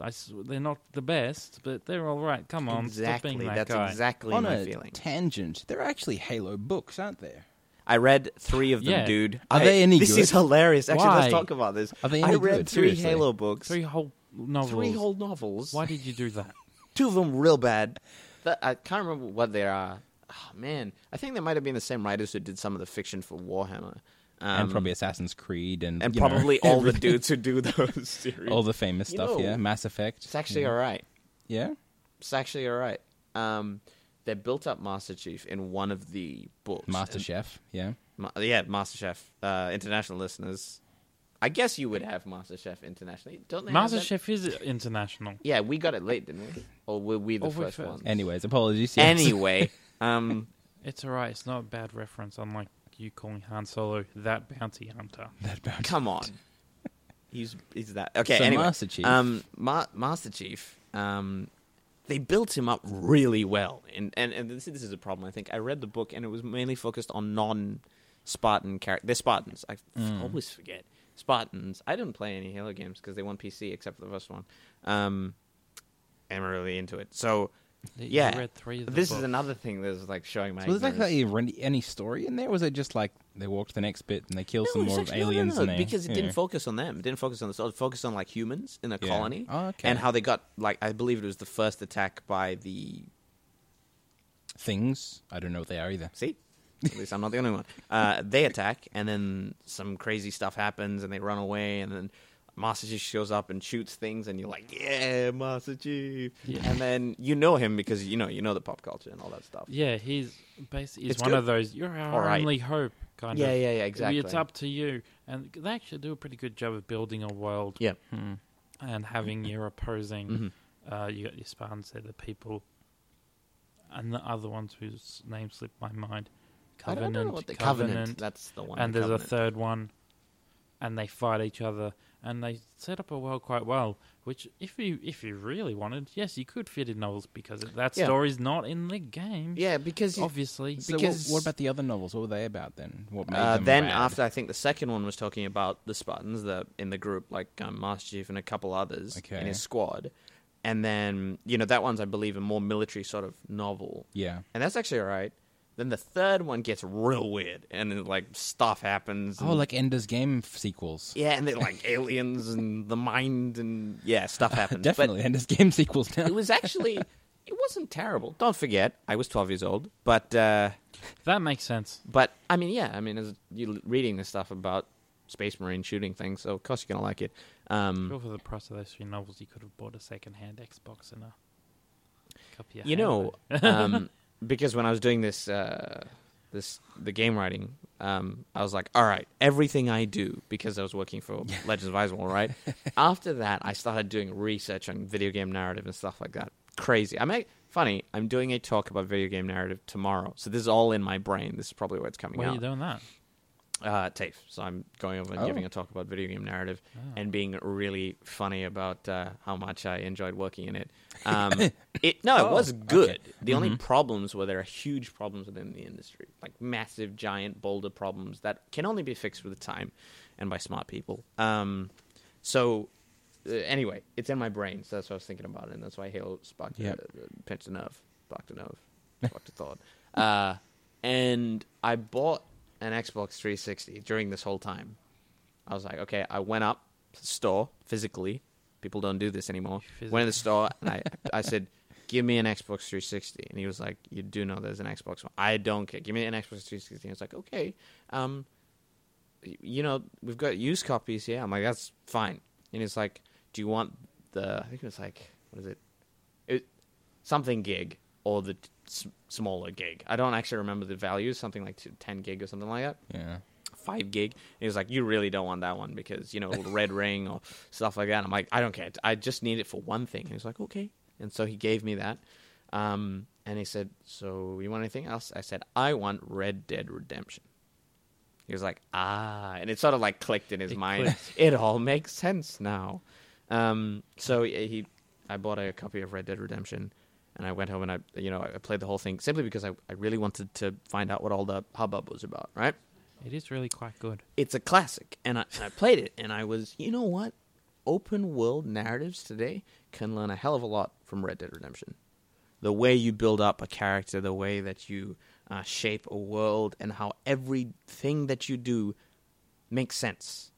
Speaker 4: I s- they're not the best, but they're all right. Come on, stop
Speaker 1: exactly.
Speaker 4: being that
Speaker 1: That's
Speaker 4: guy.
Speaker 1: exactly
Speaker 2: On
Speaker 1: my
Speaker 2: a
Speaker 1: feeling.
Speaker 2: tangent, there are actually Halo books, aren't there?
Speaker 1: I read three of them,
Speaker 4: Yeah.
Speaker 1: dude.
Speaker 2: Are
Speaker 1: I-
Speaker 2: they any
Speaker 1: This
Speaker 2: good?
Speaker 1: is hilarious. Actually,
Speaker 4: Why?
Speaker 1: let's talk about this.
Speaker 2: Are they
Speaker 1: I
Speaker 2: any
Speaker 1: read
Speaker 2: good?
Speaker 1: three
Speaker 2: Seriously.
Speaker 1: Halo books,
Speaker 4: Three whole novels.
Speaker 1: three whole novels.
Speaker 4: Why did you
Speaker 1: [laughs]
Speaker 4: do that?
Speaker 1: Two of them real bad. That, I can't remember what they are. Oh, man, I think they might have been the same writers who did some of the fiction for Warhammer, um,
Speaker 2: and probably Assassin's Creed and
Speaker 1: and
Speaker 2: you know, [laughs]
Speaker 1: probably all the dudes who do those [laughs] series.
Speaker 2: all the famous
Speaker 1: You
Speaker 2: stuff.
Speaker 1: know,
Speaker 2: yeah, Mass Effect.
Speaker 1: it's actually
Speaker 2: yeah.
Speaker 1: all right.
Speaker 2: yeah.
Speaker 1: It's actually all right. Um, they built up Master Chief in one of the books.
Speaker 2: Master Chef. Yeah,
Speaker 1: Ma- yeah, MasterChef. Uh, international listeners, I guess you would have MasterChef internationally, don't they? have that?
Speaker 4: MasterChef is international.
Speaker 1: Yeah, we got it late, didn't we? Or were we the
Speaker 4: Or we
Speaker 1: first
Speaker 4: first.
Speaker 1: ones?
Speaker 2: Anyways, apologies. Yes.
Speaker 1: Anyway, um,
Speaker 4: It's alright. It's not a bad reference. Unlike you calling Han Solo that bounty hunter.
Speaker 2: That
Speaker 1: [laughs]
Speaker 2: bounty.
Speaker 1: come on, he's he's that okay?
Speaker 2: So
Speaker 1: anyway,
Speaker 2: Master Chief.
Speaker 1: Um, Ma- Master Chief. Um, they built him up really well, and and and this, this is a problem. I think I read the book, and it was mainly focused on non-Spartan characters. They're Spartans. I f- always forget Spartans. I didn't play any Halo games because they were on PC, except for the first one. Um, I'm really into it. So,
Speaker 4: You
Speaker 1: yeah,
Speaker 4: read three of the
Speaker 1: this is
Speaker 4: books.
Speaker 1: another thing that's like showing my.
Speaker 2: So was there
Speaker 1: ignorance.
Speaker 2: like any, any story in there? Or was it just like they walked the next bit and they killed some
Speaker 1: it's
Speaker 2: more
Speaker 1: actually-
Speaker 2: aliens? and they,
Speaker 1: because it
Speaker 2: you
Speaker 1: didn't
Speaker 2: know.
Speaker 1: focus on them. It didn't focus on this. It focused on like humans in a
Speaker 2: Yeah.
Speaker 1: colony
Speaker 2: Oh, okay.
Speaker 1: and how they got like I believe it was the first attack by the
Speaker 2: things. I don't know what they are either.
Speaker 1: see. At least I'm not the only one. [laughs] Uh, they attack, and then some crazy stuff happens, and they run away, and then Master Chief shows up and shoots things, and you're like, "Yeah, Master Chief!" And then you know him because you know you know the pop culture and all that stuff.
Speaker 4: Yeah, he's basically he's
Speaker 1: It's
Speaker 4: one
Speaker 1: good.
Speaker 4: of those. You're our
Speaker 1: Alright.
Speaker 4: only hope. Kind
Speaker 1: Yeah,
Speaker 4: of.
Speaker 1: yeah, yeah,
Speaker 4: It's
Speaker 1: exactly.
Speaker 4: up to you. And they actually do a pretty good job of building a world
Speaker 1: Yeah,
Speaker 4: and
Speaker 1: Mm-hmm.
Speaker 4: having your opposing. Uh, you got your Spartans, they're the people, and the other ones whose name slipped my mind.
Speaker 1: I don't
Speaker 4: Covenant,
Speaker 1: know what the
Speaker 4: Covenant,
Speaker 1: covenant. That's the one.
Speaker 4: and
Speaker 1: the
Speaker 4: there's a
Speaker 1: Covenant.
Speaker 4: third one, and they fight each other, and they set up a world quite well. Which, if you if you really wanted, yes, you could fit in novels because that
Speaker 1: Yeah.
Speaker 4: story's not in the game.
Speaker 1: Yeah, because
Speaker 4: obviously.
Speaker 2: So what-
Speaker 1: Because-
Speaker 2: what, about the other novels? What were they about then? What made
Speaker 1: Uh,
Speaker 2: them
Speaker 1: then
Speaker 2: bad?
Speaker 1: after I think the second one was talking about the Spartans the, in the group, like um, Master Chief and a couple others in
Speaker 2: Okay.
Speaker 1: his squad. And then you know that one's I believe a more military sort of novel,
Speaker 2: Yeah.
Speaker 1: and that's actually all right. Then the third one gets real weird, and then, like stuff happens.
Speaker 2: Oh,
Speaker 1: and-
Speaker 2: like Ender's Game f- sequels.
Speaker 1: yeah, and they're like [laughs] aliens and the mind, and yeah,
Speaker 2: [laughs]
Speaker 1: stuff happens. But-
Speaker 2: Definitely Ender's Game [laughs] sequels now.
Speaker 1: it was actually it wasn't terrible. Don't forget, I was twelve years old, but uh,
Speaker 4: That makes sense.
Speaker 1: But I mean, yeah, I mean, as you reading this stuff about space marine shooting things, so of course you're gonna like it. Um,
Speaker 4: Sure, for the price of those three novels, you could have bought a second-hand Xbox and a copy of
Speaker 1: You know,
Speaker 4: Halo. [laughs]
Speaker 1: um, because when I was doing this, uh, this the game writing, um, I was like, all right, everything I do because I was working for Legends of Eisenwall,
Speaker 4: [laughs]
Speaker 1: right? After that, I started doing research on video game narrative and stuff like that. Crazy. I mean, funny. I'm doing a talk about video game narrative tomorrow, so this is all in my brain. This is probably where it's coming
Speaker 4: Why are
Speaker 1: out.
Speaker 4: you doing that?
Speaker 1: uh, TAFE. So I'm going over and
Speaker 2: Oh.
Speaker 1: giving a talk about video game narrative and being really funny about uh, how much I enjoyed working in it. Um, it no, it was good. The only problems were there are huge problems within the industry, like massive, giant, boulder problems that can only be fixed with time and by smart people. Um, so. Uh, anyway, it's in my brain, so that's what I was thinking about, and that's why Halo sparked
Speaker 2: Yep.
Speaker 1: a, pinched a nerve, sparked a nerve, sparked a thought. Uh, and I bought an Xbox 360 during this whole time. I was like, okay, I went up to the store physically. People don't do this anymore. Went to the store and I, I said, give me an Xbox 360. And he was like, you do know there's an Xbox One. I don't care. Give me an Xbox 360. And I was like, okay. Um, y- you know, we've got used copies here. I'm like, that's fine. And he's like, do you want the, I think it was like, what is it? it something gig or the t- s- smaller gig. I don't actually remember the values, something like t- 10 gig or something like that.
Speaker 2: yeah.
Speaker 1: five gig. And he was like, you really don't want that one because you know it'll red ring or stuff like that. And I'm like, I don't care. I just need it for one thing. And he was like, okay. And so he gave me that. Um, and he said, so you want anything else? I said, I want Red Dead Redemption. He was like, ah, and it sort of like clicked in his
Speaker 4: It
Speaker 1: mind. [laughs] It all makes sense now. Um, so he, he- I bought a copy of Red Dead Redemption, and I went home and I, you know, I played the whole thing simply because I, I really wanted to find out what all the hubbub was about. Right?
Speaker 4: It is really quite good.
Speaker 1: It's a classic, and I, and I played it, and I was, you know what? Open world narratives today can learn a hell of a lot from Red Dead Redemption the way you build up a character, the way that you uh, shape a world, and how everything that you do makes sense.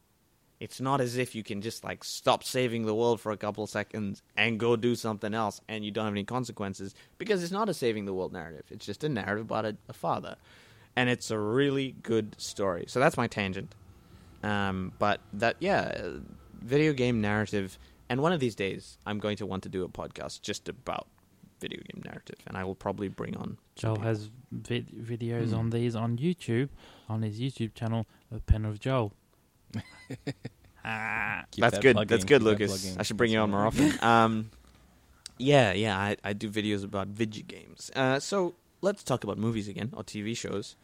Speaker 1: It's not as if you can just like stop saving the world for a couple of seconds and go do something else and you don't have any consequences because it's not a saving the world narrative. It's just a narrative about a, a father. And it's a really good story. So that's my tangent. Um, but that, yeah, uh, video game narrative. And one of these days, I'm going to want to do a podcast just about video game narrative, and I will probably bring on. some
Speaker 4: Joel
Speaker 1: people.
Speaker 4: has vid- videos on these on YouTube, on his YouTube channel, The Pen of Joel. ah,
Speaker 2: Keep
Speaker 1: That's
Speaker 2: that
Speaker 1: good.
Speaker 2: plugging,
Speaker 1: That's good,
Speaker 2: keep that
Speaker 1: Lucas.
Speaker 2: plugging.
Speaker 1: I should bring you
Speaker 2: That's
Speaker 1: on more
Speaker 2: right. [laughs]
Speaker 1: often. Um, yeah, yeah. I, I do videos about video games. Uh, so let's talk about movies again or TV shows.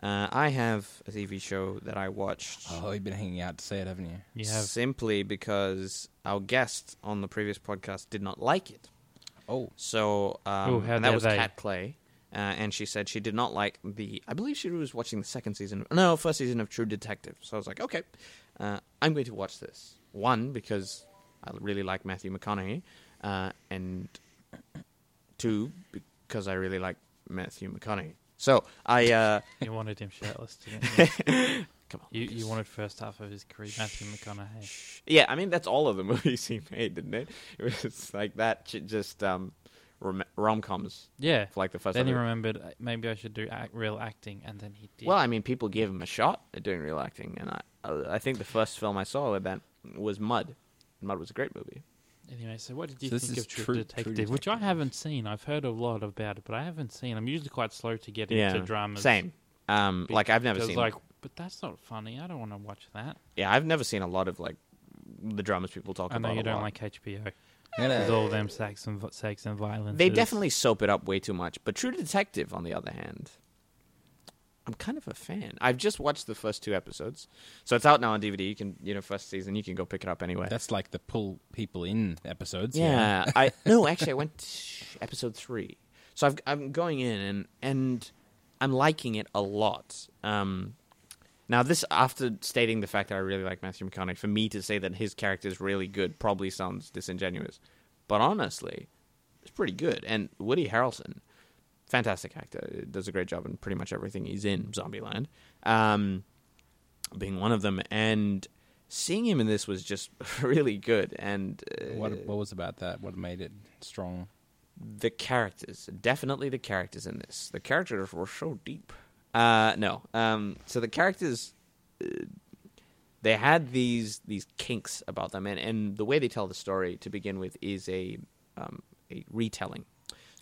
Speaker 1: Uh, I have a TV show that I watched
Speaker 2: Oh, you've been hanging out to say it, haven't you?
Speaker 4: you have
Speaker 1: simply because our guest on the previous podcast did not like it.
Speaker 2: Oh,
Speaker 1: So um,
Speaker 4: Ooh, how
Speaker 1: and that
Speaker 4: dare
Speaker 1: was
Speaker 4: they.
Speaker 1: Cat Clay, uh, and she said she did not like the. I believe she was watching the second season, no, first season of True Detective. So I was like, okay, uh, I'm going to watch this one because I really like Matthew McConaughey, uh, and two because I really like Matthew McConaughey. So I uh,
Speaker 4: [laughs] you wanted him shirtless, [laughs] didn't you?
Speaker 1: come on.
Speaker 4: you? You wanted first half of his career, Matthew McConaughey.
Speaker 1: Yeah, I mean that's all of the [laughs] movies he made, didn't it? It was like that, j- just um, rom coms
Speaker 4: Yeah.
Speaker 1: for like the first.
Speaker 4: Then he
Speaker 1: other-
Speaker 4: remembered uh, maybe I should do act, real acting, and then he did.
Speaker 1: Well, I mean, people gave him a shot at doing real acting, and I, I I think the first film I saw with that was Mud. Mud was a great movie.
Speaker 4: Anyway, so what did you
Speaker 2: So this
Speaker 4: think
Speaker 2: is
Speaker 4: of True,
Speaker 2: True- True
Speaker 4: Detective, Which I
Speaker 2: Detective.
Speaker 4: haven't seen. I've heard a lot about it, but I haven't seen. I'm usually quite slow to get into dramas.
Speaker 1: same. Um, like I've never
Speaker 4: because,
Speaker 1: seen.
Speaker 4: Like, but that's not funny. I don't want to watch that.
Speaker 1: yeah, I've never seen a lot of like the dramas people talk
Speaker 4: I
Speaker 1: about.
Speaker 4: know you
Speaker 1: a
Speaker 4: don't
Speaker 1: lot.
Speaker 4: like HBO.
Speaker 2: no,
Speaker 4: With
Speaker 2: no.
Speaker 4: all them sex and vi- sex and violence.
Speaker 1: They definitely soap it up way too much. But True Detective, on the other hand, I'm kind of a fan. I've just watched the first two episodes, so it's out now on DVD. You can, you know, first season, you can go pick it up anywhere.
Speaker 2: that's like the pull people in episodes.
Speaker 1: Yeah, I no, actually, I went to episode three, so I've, I'm going in and and I'm liking it a lot. Um, now this, after stating the fact that I really like Matthew McConaughey, for me to say that his character is really good probably sounds disingenuous, but honestly, it's pretty good. And Woody Harrelson, fantastic actor, does a great job in pretty much everything he's in. Zombieland. Um, being one of them, and seeing him in this was just [laughs] really good. And uh,
Speaker 2: What what was about that? What made it strong?
Speaker 1: the characters definitely the characters in this the characters were so deep uh no um so the characters uh, they had these these kinks about them and and the way they tell the story to begin with is a um a retelling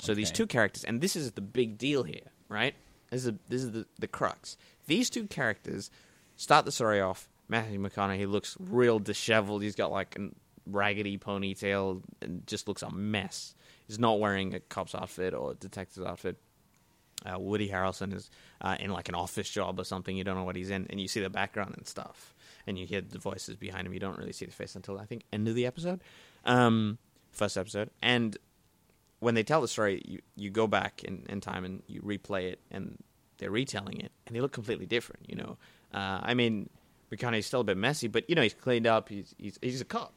Speaker 1: so these
Speaker 2: Okay.
Speaker 1: two characters and this is the big deal here right this is this is the, the crux these two characters start the story off matthew mcconaughey looks real disheveled he's got like an raggedy ponytail and just looks a mess. He's not wearing a cop's outfit or a detective's outfit. Uh, Woody Harrelson is uh, in like an office job or something. You don't know what he's in, and you see the background and stuff, and you hear the voices behind him. You don't really see the face until I think end of the episode, um, first episode. And when they tell the story, you, you go back in, in time and you replay it, and they're retelling it, and they look completely different. You know, uh, I mean, McConaughey's still a bit messy, but you know he's cleaned up. He's he's, he's a cop.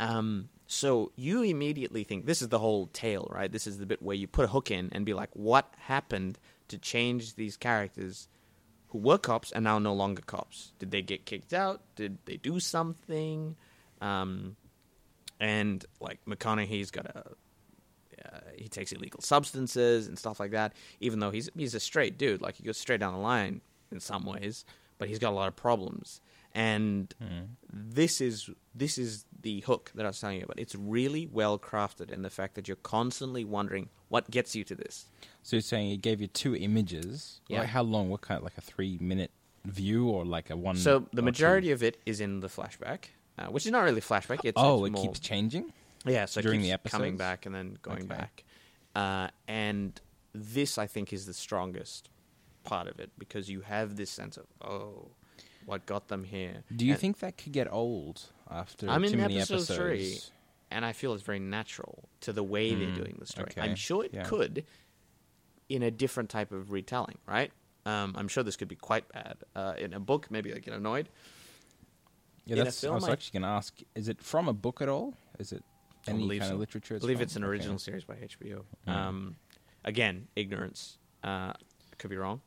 Speaker 1: Um, so you immediately think this is the whole tale, right? This is the bit where you put a hook in and be like, what happened to change these characters who were cops and now no longer cops? Did they get kicked out? Did they do something? Um, and like McConaughey's got a uh, he takes illegal substances and stuff like that. Even though he's he's a straight dude, like he goes straight down the line in some ways, but he's got a lot of problems. And
Speaker 2: Mm-hmm.
Speaker 1: this is this is the hook that I was telling you about. It's really well crafted, and the fact that you're constantly wondering what gets you to this.
Speaker 2: So you're saying it gave you two images?
Speaker 1: Yeah.
Speaker 2: Like how long? What kind? Like a three minute view or like a one?
Speaker 1: So the
Speaker 2: or
Speaker 1: majority
Speaker 2: two?
Speaker 1: of it is in the flashback, uh, which is not really flashback. It's
Speaker 2: oh,
Speaker 1: it's
Speaker 2: it
Speaker 1: more,
Speaker 2: keeps changing.
Speaker 1: yeah. So it
Speaker 2: during
Speaker 1: keeps
Speaker 2: the
Speaker 1: coming
Speaker 2: episodes?
Speaker 1: back and then going
Speaker 2: Okay.
Speaker 1: back, uh, and this I think is the strongest part of it because you have this sense of oh, what got them here.
Speaker 2: Do you
Speaker 1: And-
Speaker 2: think that could get old after
Speaker 1: I'm
Speaker 2: too
Speaker 1: in
Speaker 2: many
Speaker 1: episode
Speaker 2: episodes? Hmm,
Speaker 1: three, and I feel it's very natural to the way they're doing the story. I'm
Speaker 2: okay,
Speaker 1: sure it
Speaker 2: yeah.
Speaker 1: could in a different type of retelling, right? Um, I'm sure this could be quite bad uh, in a book. Maybe I get annoyed.
Speaker 2: Yeah,
Speaker 1: In a
Speaker 2: that's. I
Speaker 1: film,
Speaker 2: was
Speaker 1: I-
Speaker 2: actually going to ask: Is it from a book at all? Is it
Speaker 1: I
Speaker 2: any
Speaker 1: believe
Speaker 2: kind
Speaker 1: so.
Speaker 2: of literature?
Speaker 1: I believe it's an original series by HBO.
Speaker 2: Hmm.
Speaker 1: Um, again, ignorance. Uh, could be wrong.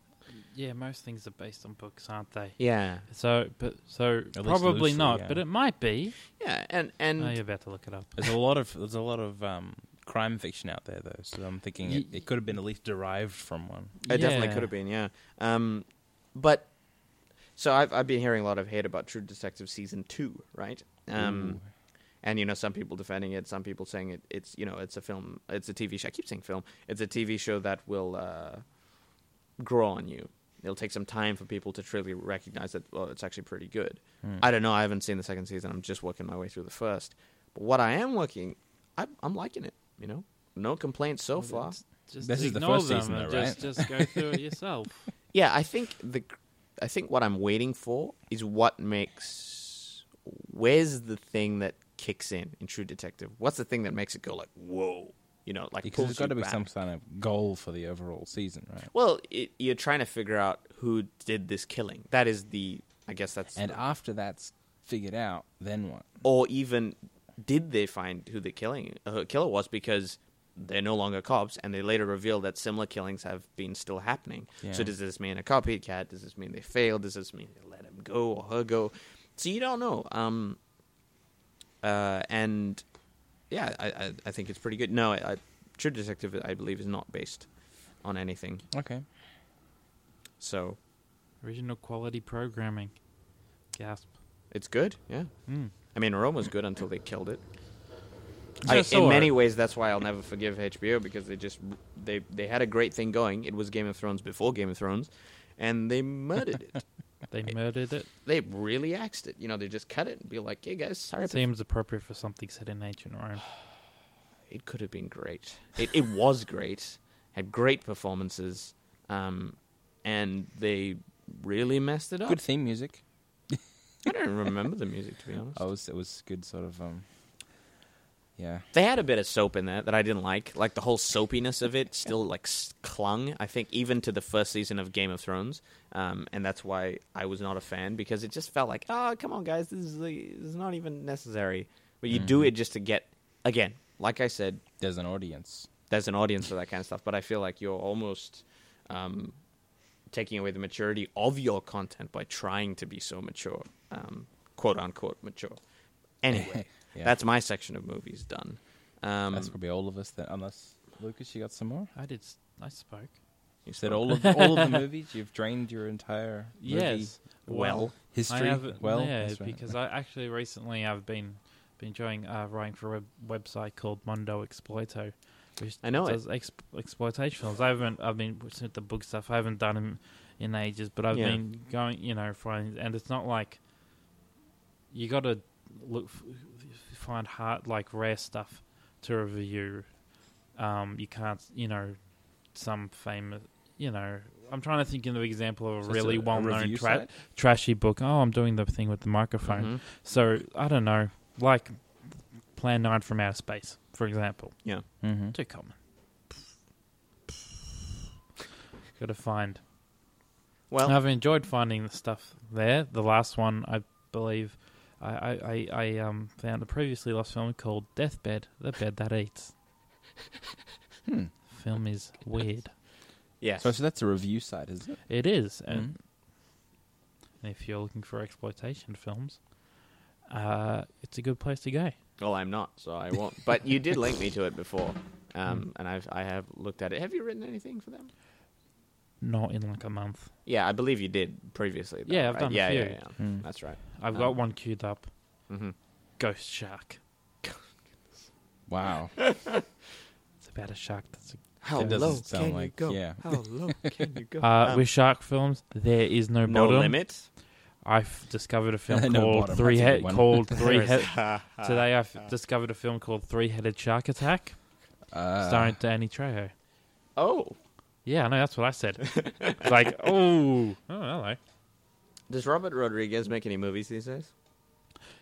Speaker 4: Yeah, most things are based on books, aren't they?
Speaker 1: Yeah,
Speaker 4: So, but so
Speaker 2: least
Speaker 4: probably
Speaker 2: loosely,
Speaker 4: not,
Speaker 2: yeah.
Speaker 4: but it might be.
Speaker 1: yeah, and and
Speaker 4: oh, you're about to look it up.
Speaker 2: [laughs] There's a lot of there's a lot of um, crime fiction out there though, so I'm thinking it,
Speaker 4: Ye-
Speaker 2: it could have been at least derived from one.
Speaker 1: It definitely
Speaker 4: Yeah.
Speaker 1: could have been, yeah. Um, but so I've I've been hearing a lot of hate about True Detective season two, right? Um, and you know, some people defending it, some people saying it, it's you know, it's a film, it's a TV show. I keep saying film. It's a TV show that will uh, grow on you. It'll take some time for people to truly recognize that. Well, it's actually pretty good. I don't know. I haven't seen the second season. I'm just working my way through the first. But what I am working, I, I'm liking it. You know, no complaints so far.
Speaker 4: Just
Speaker 2: This is the
Speaker 4: ignore
Speaker 2: first
Speaker 4: them
Speaker 2: season
Speaker 4: and
Speaker 2: though,
Speaker 4: just, just go through
Speaker 2: [laughs]
Speaker 4: it yourself.
Speaker 1: Yeah, I think the I think what I'm waiting for is what makes where's the thing that kicks in in True Detective? What's the thing that makes it go like whoa? You know, like
Speaker 2: Because there's
Speaker 1: got to
Speaker 2: be some kind of goal for the overall season, right?
Speaker 1: Well, it, you're trying to figure out who did this killing. That is the I guess that's
Speaker 2: And after that's figured out, then what?
Speaker 1: or even did they find who the killing uh, killer was because they're no longer cops and they later reveal that similar killings have been still happening so
Speaker 2: Yeah.
Speaker 1: does this mean a copycat does this mean they failed does this mean they let him go or her go so you don't know um uh and yeah i i, I think it's pretty good no I, I true detective i believe is not based on anything
Speaker 2: Okay.
Speaker 1: so
Speaker 4: Original quality programming. Gasp.
Speaker 1: it's good yeah
Speaker 4: Mm.
Speaker 1: I mean, Rome was good until they killed it.
Speaker 2: Yeah,
Speaker 1: I,
Speaker 2: so
Speaker 1: in many
Speaker 2: are-
Speaker 1: ways, that's why I'll never forgive HBO because they just they they had a great thing going. It was Game of Thrones before Game of Thrones, and they murdered
Speaker 2: [laughs]
Speaker 1: it.
Speaker 4: They murdered it.
Speaker 1: They really axed it. You know, they just cut it and be like, "Hey guys, sorry." about-
Speaker 4: Seems appropriate for something set in ancient Rome.
Speaker 1: It could have been great. It it was great. Had great performances, um, and they really messed it up.
Speaker 2: Good theme music.
Speaker 1: I don't remember the music to be honest.
Speaker 2: I was it was good sort of um yeah.
Speaker 1: They had a bit of soap in there that I didn't like. Like the whole soapiness of it still like s- clung. I think even to the first season of Game of Thrones, um, and that's why I was not a fan because it just felt like, oh, come on, guys, this is, like, this is not even necessary. But you
Speaker 2: Mm-hmm.
Speaker 1: do it just to get again. Like I said,
Speaker 2: There's an audience.
Speaker 1: there's an audience for that kind of stuff. But I feel like you're almost um, taking away the maturity of your content by trying to be so mature, um, quote unquote mature. Anyway,
Speaker 2: [laughs] Yeah.
Speaker 1: that's my section of movies done. Um,
Speaker 2: That's probably all of us then unless Lucas you got some more?
Speaker 4: I did. s- I spoke.
Speaker 2: You said all of
Speaker 1: [laughs]
Speaker 2: all of the movies you've drained your entire movie
Speaker 4: Yes.
Speaker 1: Well,
Speaker 2: history.
Speaker 4: I have,
Speaker 2: well,
Speaker 4: yeah,
Speaker 2: that's right.
Speaker 4: because I actually recently I've been been enjoying uh, writing for a web, website called Mondo Exploito, which
Speaker 1: I know it.
Speaker 4: does ex- exploitation films. I haven't I've been with the book stuff. I haven't done them in ages, but I've
Speaker 1: Yeah.
Speaker 4: been going, you know, finding, and it's not like you got to look f- f- find hard like rare stuff to review. Um, you can't, you know, some famous, you know. I'm trying to think of an example of a
Speaker 2: So it's
Speaker 4: really
Speaker 2: a- a
Speaker 4: well-known
Speaker 2: review
Speaker 4: tra-
Speaker 2: site?
Speaker 4: trashy book. Oh, I'm doing the thing with the microphone.
Speaker 1: Mhm.
Speaker 4: So I don't know, like Plan Nine from Outer Space, for example.
Speaker 1: Yeah.
Speaker 2: Mhm.
Speaker 4: Too common. Got to find.
Speaker 1: Well,
Speaker 4: I've enjoyed finding the stuff there. The last one, I believe, I I, I, I um found a previously lost film called Deathbed: The Bed That Eats.
Speaker 2: Hmm.
Speaker 4: Film is weird.
Speaker 1: yes.
Speaker 2: So, so that's a review site, is it?
Speaker 4: It is, and if you're looking for exploitation films, uh, it's a good place to go.
Speaker 1: well, I'm not, so I won't. But you did link me to it [laughs] before, um, and I've I have looked at it. Have you written anything for them?
Speaker 4: Not in like a month.
Speaker 1: Yeah, I believe you did previously. Though,
Speaker 4: Yeah, I've
Speaker 1: right?
Speaker 4: done a
Speaker 1: yeah,
Speaker 4: few.
Speaker 1: yeah, yeah.
Speaker 2: Hmm.
Speaker 1: That's right.
Speaker 4: I've
Speaker 1: Um,
Speaker 4: got one queued up.
Speaker 1: Mm-hmm.
Speaker 4: Ghost Shark.
Speaker 2: Wow.
Speaker 4: It's about a shark that's
Speaker 1: How
Speaker 2: It doesn't
Speaker 1: low
Speaker 2: sound
Speaker 1: can you
Speaker 2: like-
Speaker 1: go?
Speaker 2: yeah.
Speaker 1: How low can you [laughs] go?
Speaker 4: Uh,
Speaker 1: Um,
Speaker 4: with shark films, there is no
Speaker 1: no
Speaker 4: bottom.
Speaker 1: limit.
Speaker 4: I've discovered a film
Speaker 2: [laughs] No
Speaker 4: called
Speaker 2: bottom,
Speaker 4: Three
Speaker 2: that's a
Speaker 4: Head
Speaker 2: good one. [laughs]
Speaker 4: called Three
Speaker 1: There is-
Speaker 4: Head. Today I've discovered a film called Three Headed Shark Attack,
Speaker 2: Uh,
Speaker 4: starring Danny Trejo.
Speaker 1: [laughs] Oh,
Speaker 4: Yeah, I know that's what I
Speaker 2: [laughs]
Speaker 4: said. It's like, oh, oh, hello.
Speaker 1: does Robert Rodriguez make any movies these days?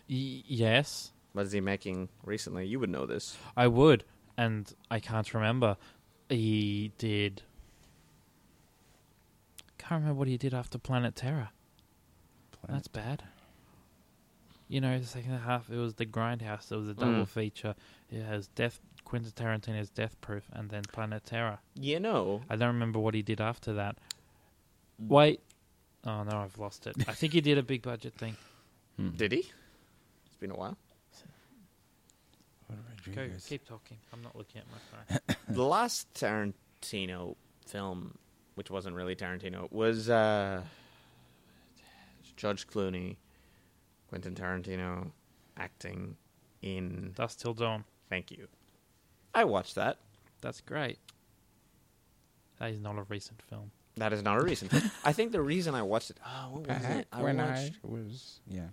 Speaker 4: Y- yes,
Speaker 1: What is he making recently? You would know this.
Speaker 4: I would, and I can't remember. He did. Can't remember what he did after Planet Terror.
Speaker 2: Uh,
Speaker 4: That's bad. You know, the second half it was the Grindhouse. It was a double
Speaker 1: Mm.
Speaker 4: feature. It has Death Quentin Tarantino's Death Proof and then Planet Terror.
Speaker 1: You know,
Speaker 4: I don't remember what he did after that. Wait, oh no, I've lost it. I think he did a big budget [laughs] thing.
Speaker 1: did he? It's been a while.
Speaker 2: What did
Speaker 4: Go,
Speaker 2: Rodriguez-
Speaker 4: keep talking. I'm not looking at [laughs] my phone.
Speaker 1: the last Tarantino film, which wasn't really Tarantino, was uh, Judge Clooney, Quentin Tarantino, acting in.
Speaker 4: Dust Till Dawn.
Speaker 1: Thank you. I watched that.
Speaker 4: That's great. That is not a recent film.
Speaker 1: That is not a reason. I think the reason I watched it. Oh, what was it? I
Speaker 2: when
Speaker 1: watched.
Speaker 2: I was yeah,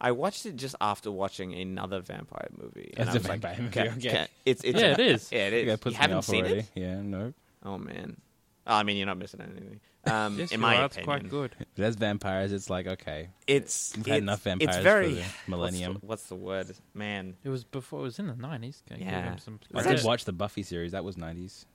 Speaker 1: I watched it just after watching another vampire movie.
Speaker 2: That's
Speaker 1: I
Speaker 2: a
Speaker 1: was
Speaker 2: vampire movie,
Speaker 1: "Ca-
Speaker 2: okay."
Speaker 1: ca- it's, it's
Speaker 4: Yeah, it is.
Speaker 1: Yeah, it
Speaker 2: Yeah,
Speaker 1: is.
Speaker 2: it puts
Speaker 1: you
Speaker 2: me
Speaker 1: haven't
Speaker 2: off
Speaker 1: seen
Speaker 2: already.
Speaker 1: it?
Speaker 2: Yeah, no,
Speaker 1: Oh man. Oh, I mean, you're not missing anything. Um,
Speaker 4: Yes,
Speaker 1: in
Speaker 4: you
Speaker 1: my
Speaker 4: are.
Speaker 1: opinion,
Speaker 4: It's quite good.
Speaker 2: there's vampires. It's like okay,
Speaker 1: It's
Speaker 2: We've
Speaker 1: it's,
Speaker 2: had enough vampires
Speaker 1: it's very
Speaker 2: for the
Speaker 1: [laughs] what's the-
Speaker 2: millennium.
Speaker 1: What's the, word, man?
Speaker 4: It was before. It was in the nineties.
Speaker 1: Yeah.
Speaker 4: Give him some
Speaker 1: I
Speaker 2: I
Speaker 1: did
Speaker 2: did
Speaker 4: credit.
Speaker 2: watch the Buffy series. That was nineties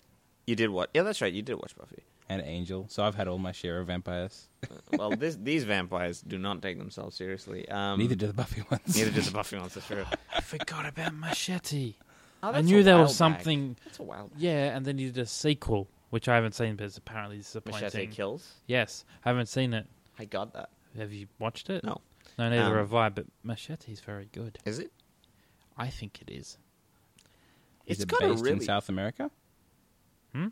Speaker 1: You did what? Yeah, that's right. You did watch Buffy.
Speaker 2: and Angel. So I've had all my share of vampires.
Speaker 1: Well,
Speaker 2: [laughs]
Speaker 1: this, these vampires do not take themselves seriously. Um,
Speaker 2: Neither do the Buffy [laughs] ones.
Speaker 1: neither does the Buffy monster. True.
Speaker 4: I forgot about Machete.
Speaker 1: [laughs] Oh,
Speaker 4: I
Speaker 1: that's
Speaker 4: knew
Speaker 1: a
Speaker 4: there
Speaker 1: while
Speaker 4: was
Speaker 1: back.
Speaker 4: something.
Speaker 1: That's a wild
Speaker 4: Yeah, and then you did a sequel, which I haven't seen, but it's apparently disappointing.
Speaker 1: machete kills.
Speaker 4: Yes, I haven't seen it.
Speaker 1: I got that.
Speaker 4: Have you watched it?
Speaker 1: No.
Speaker 4: No, neither
Speaker 1: Um,
Speaker 4: have I. But Machete's very good.
Speaker 1: Is it?
Speaker 4: I think it is.
Speaker 2: Is
Speaker 1: It's
Speaker 2: it
Speaker 1: got a
Speaker 2: based in
Speaker 1: really
Speaker 2: South America?
Speaker 4: Hmm?
Speaker 2: Is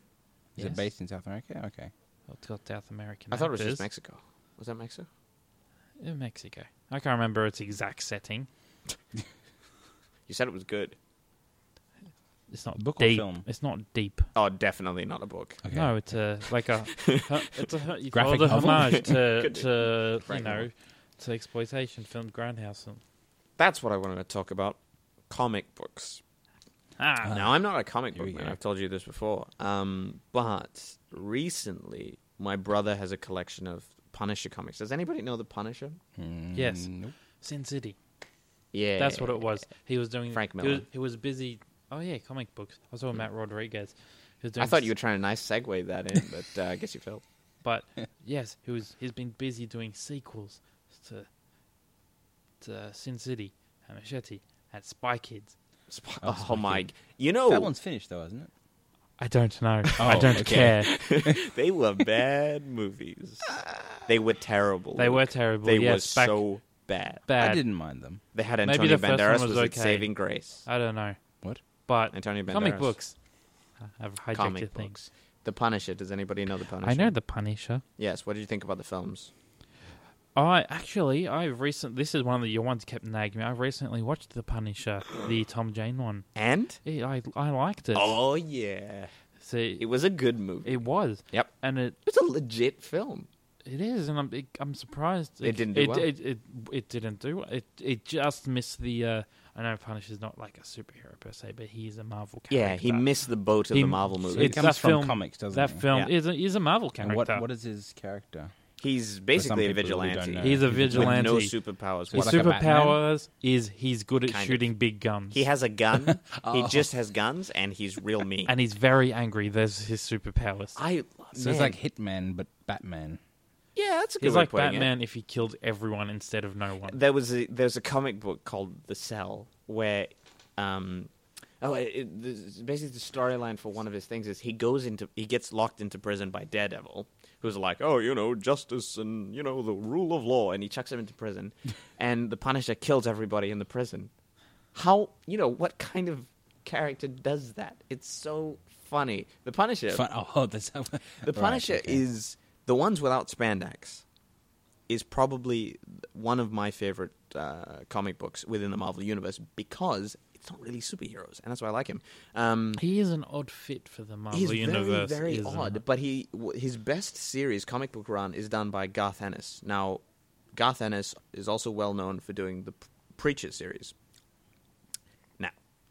Speaker 4: Yes.
Speaker 2: it based in South America? Okay.
Speaker 4: Well, It's got South American.
Speaker 1: I thought it was
Speaker 4: actors.
Speaker 1: just Mexico. Was that Mexico?
Speaker 4: Uh, Mexico. I can't remember its exact setting.
Speaker 1: You said it was good.
Speaker 4: It's not
Speaker 2: Book or
Speaker 4: deep.
Speaker 2: film?
Speaker 4: It's not deep.
Speaker 1: Oh, definitely not a book.
Speaker 2: Okay.
Speaker 4: No, it's a like a it's a you
Speaker 2: Graphic
Speaker 4: call it a
Speaker 2: novel?
Speaker 4: homage to
Speaker 1: Could be.
Speaker 4: to you
Speaker 1: Graphic
Speaker 4: know
Speaker 1: novel.
Speaker 4: to exploitation film Grindhouse. and-
Speaker 1: That's what I wanted to talk about. Comic books.
Speaker 4: Ah,
Speaker 1: Now I'm not a comic
Speaker 2: Here
Speaker 1: book
Speaker 2: we
Speaker 1: man.
Speaker 2: go.
Speaker 1: I've told you this before. Um, but recently, my brother has a collection of Punisher comics. Does anybody know the Punisher?
Speaker 2: Mm,
Speaker 4: Yes.
Speaker 2: nope.
Speaker 4: Sin City.
Speaker 1: Yeah,
Speaker 4: That's what it was. He was doing
Speaker 1: Frank
Speaker 4: he
Speaker 1: Miller.
Speaker 4: was- He was, busy. Oh yeah, comic books. I was talking about Rodriguez. He was doing
Speaker 1: I thought you were
Speaker 4: s-
Speaker 1: trying to nice segue that in, but uh, I guess you failed.
Speaker 4: But yes, he was. He's been busy doing sequels to to Sin City and Machete and Spy Kids.
Speaker 1: Sp- oh
Speaker 2: Oh, Spike
Speaker 1: my!
Speaker 2: Lee.
Speaker 1: You know
Speaker 2: That one's finished though, isn't it?
Speaker 4: I don't
Speaker 1: [laughs]
Speaker 4: know.
Speaker 1: Oh,
Speaker 4: I don't
Speaker 2: okay.
Speaker 4: care.
Speaker 1: they were bad movies. They were terrible.
Speaker 4: They were
Speaker 1: Luke.
Speaker 4: terrible.
Speaker 1: They
Speaker 4: yes,
Speaker 1: were
Speaker 4: back
Speaker 1: so bad.
Speaker 4: bad.
Speaker 2: I didn't mind them.
Speaker 1: They had
Speaker 4: Maybe
Speaker 1: Antonio
Speaker 4: the first one
Speaker 1: Banderas
Speaker 4: was
Speaker 1: was, at
Speaker 4: okay.
Speaker 1: Saving Grace.
Speaker 4: I don't know.
Speaker 2: What?
Speaker 4: But
Speaker 1: Antonio Banderas.
Speaker 4: comic books. I've hijacked your
Speaker 1: Comic
Speaker 4: thing.
Speaker 1: books. The Punisher. Does anybody know the Punisher?
Speaker 4: I know the Punisher.
Speaker 1: Yes. What did you think about the films?
Speaker 4: I actually, I've recent. This is one that your ones kept nagging me. I've recently watched the Punisher, the Tom Jane one.
Speaker 1: And
Speaker 4: Yeah, I I liked it.
Speaker 1: oh yeah,
Speaker 4: See,
Speaker 1: it was a good movie.
Speaker 4: it was.
Speaker 1: Yep.
Speaker 4: And it
Speaker 1: It was a legit film.
Speaker 4: it is, and I'm it, I'm surprised
Speaker 1: It didn't do
Speaker 4: it,
Speaker 1: well.
Speaker 4: It, it it didn't do well. It it just missed the. Uh, I know Punisher's not like a superhero per se, but he is a Marvel character.
Speaker 1: Yeah, he missed the boat of
Speaker 4: He-
Speaker 1: the Marvel
Speaker 2: So
Speaker 1: movie.
Speaker 2: he
Speaker 4: It's
Speaker 2: comes
Speaker 4: that
Speaker 2: from
Speaker 4: film-
Speaker 2: comics, doesn't
Speaker 4: That
Speaker 2: he?
Speaker 4: film
Speaker 1: Yeah.
Speaker 4: is a, he's a Marvel
Speaker 2: And
Speaker 4: character.
Speaker 2: what what is his character?
Speaker 1: He's basically a
Speaker 2: people who don't
Speaker 1: vigilante.
Speaker 2: know.
Speaker 4: He's a
Speaker 2: He's
Speaker 1: with
Speaker 4: vigilante.
Speaker 1: no superpowers.
Speaker 4: His
Speaker 2: What,
Speaker 1: whatsoever.
Speaker 2: like a Batman?
Speaker 4: superpowers is he's good at
Speaker 1: Kind of.
Speaker 4: shooting big guns.
Speaker 1: He has a
Speaker 4: [laughs]
Speaker 1: gun. He just has guns, and he's real mean.
Speaker 4: Oh. and he's very angry. There's his superpowers.
Speaker 1: I
Speaker 2: So it's like Hitman but Batman.
Speaker 1: yeah, that's a good
Speaker 4: He's
Speaker 1: way
Speaker 4: like
Speaker 1: of putting it.
Speaker 4: Batman if he killed everyone instead of no one.
Speaker 1: There was a there's a comic book called The Cell where, um, oh, it, it, the- basically the storyline for one of his things is he goes into he gets locked into prison by Daredevil, who's like, oh, you know, justice and you know the rule of law, and he chucks him into prison, and the Punisher kills everybody in the prison. How you know what kind of character does that? It's so funny. The Punisher.
Speaker 2: Fun- oh, [laughs] that's how.
Speaker 1: The Punisher is the ones without spandex is probably one of my favorite uh, comic books within the Marvel universe because it's it's not really superheroes, and that's why I like him. Um,
Speaker 4: He is an odd fit for the
Speaker 2: Um,
Speaker 4: Marvel
Speaker 1: he's
Speaker 4: universe.
Speaker 1: very, very
Speaker 4: isn't
Speaker 1: odd,
Speaker 4: it?
Speaker 1: but he w- his best series comic book run is done by Garth Ennis. Now, Garth Ennis is also well known for doing the P- Preacher series. Now,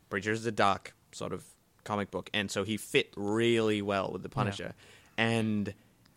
Speaker 1: Preacher is a dark sort of comic book, and so he fit really well with the Punisher. And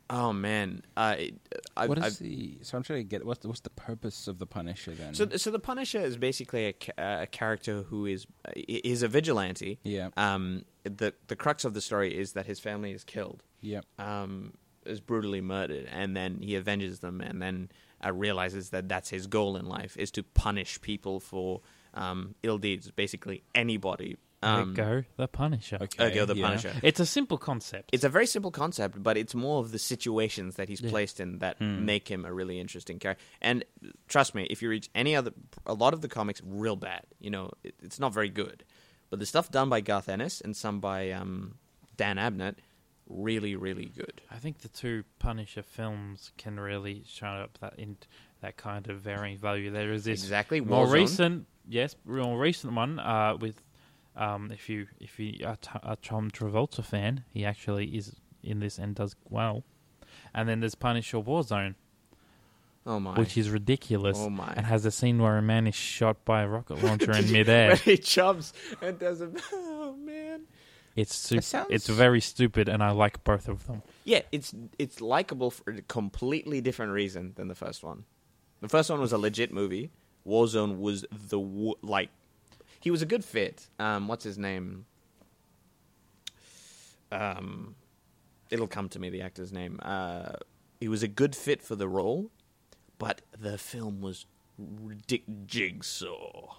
Speaker 1: oh man, uh, it- I've,
Speaker 2: what is
Speaker 1: I've,
Speaker 2: the? So I'm trying to get what's the, what's the purpose of the Punisher then?
Speaker 1: so, so the Punisher is basically a, ca- uh, a character who is uh, is a vigilante.
Speaker 2: Yeah.
Speaker 1: Um. The the crux of the story is that his family is killed.
Speaker 2: Yep.
Speaker 1: Um. Is brutally murdered, and then he avenges them, and then uh, realizes that that's his goal in life is to punish people for um, ill deeds. Basically, anybody.
Speaker 4: There
Speaker 1: Um,
Speaker 4: go the Punisher.
Speaker 2: Okay.
Speaker 1: uh, go the
Speaker 2: yeah.
Speaker 1: Punisher.
Speaker 4: It's a simple concept.
Speaker 1: It's a very simple concept, but it's more of the situations that he's
Speaker 4: Yeah. Hmm.
Speaker 1: placed in that make him a really interesting character. And trust me, if you read any other, a lot of the comics, real bad. You know, it, it's not very good. But the stuff done by Garth Ennis and some by um, Dan Abnett, really, really good.
Speaker 4: I think the two Punisher films can really show up that in that kind of varying value. There is this
Speaker 1: Exactly.
Speaker 4: more
Speaker 1: Warzone.
Speaker 4: recent, yes, more recent one uh, with um, if you if you are t- a Tom Travolta fan, he actually is in this and does well. And then there's Punisher Warzone,
Speaker 1: Oh my. [laughs]
Speaker 4: which is ridiculous,
Speaker 1: Oh my.
Speaker 4: and has a scene where a man is shot by a rocket launcher
Speaker 1: [laughs]
Speaker 4: in midair.
Speaker 1: he jumps and does a. [laughs] Oh man.
Speaker 4: It's stu-
Speaker 2: It sounds-
Speaker 4: it's very stupid, and I like both of them.
Speaker 1: Yeah, it's it's likable for a completely different reason than the first one. The first one was a legit movie. Warzone was the wo- like he was a good fit. Um, what's his name? Um, it'll come to me the actor's name. Uh, he was a good fit for the role, but the film was ridic- jigsaw.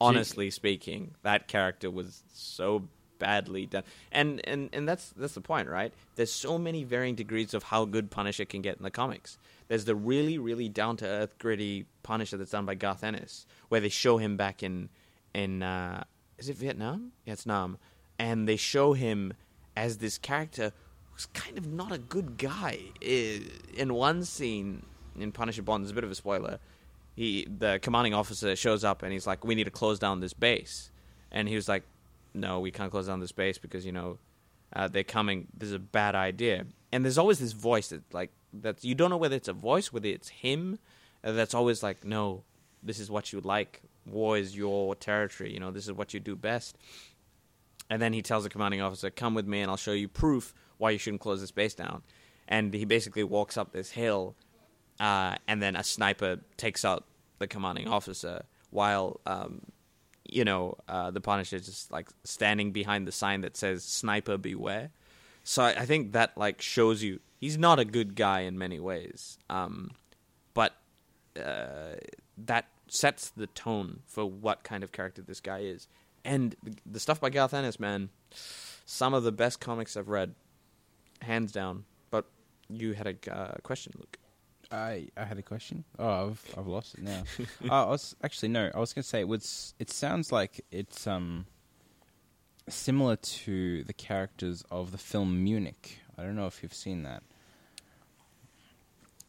Speaker 1: Honestly speaking, that character was so badly done, and and and that's that's the point, right? There's so many varying degrees of how good Punisher can get in the comics. There's the really really down to earth gritty Punisher that's done by Garth Ennis, where they show him back in in uh, is it Vietnam? Yeah, it's Nam, and they show him as this character who's kind of not a good guy. I- In one scene in Punisher Bond, there's a bit of a spoiler. He, the commanding officer, shows up and he's like, "We need to close down this base," and he was like, "No, we can't close down this base because you know uh, they're coming. This is a bad idea." And there's always this voice that like that's you don't know whether it's a voice, whether it's him, uh, that's always like, "No, this is what you like. War is your territory. You know, this is what you do best." And then he tells the commanding officer, "Come with me, and I'll show you proof why you shouldn't close this base down." And he basically walks up this hill, uh, and then a sniper takes out the commanding officer while, um, you know, uh, the Punisher is just like standing behind the sign that says "Sniper Beware." So I, I think that like shows you he's not a good guy in many ways, um, but uh, that sets the tone for what kind of character this guy is. And the- the stuff by Garth Ennis, man, some of the best comics I've read, hands down. But you had a uh, question, Luke.
Speaker 2: I I had a question. Oh, I've I've lost it
Speaker 1: [laughs]
Speaker 2: now. uh, I was actually no. I was going to say it was. It sounds like it's um similar to the characters of the film Munich. I don't know if you've seen that.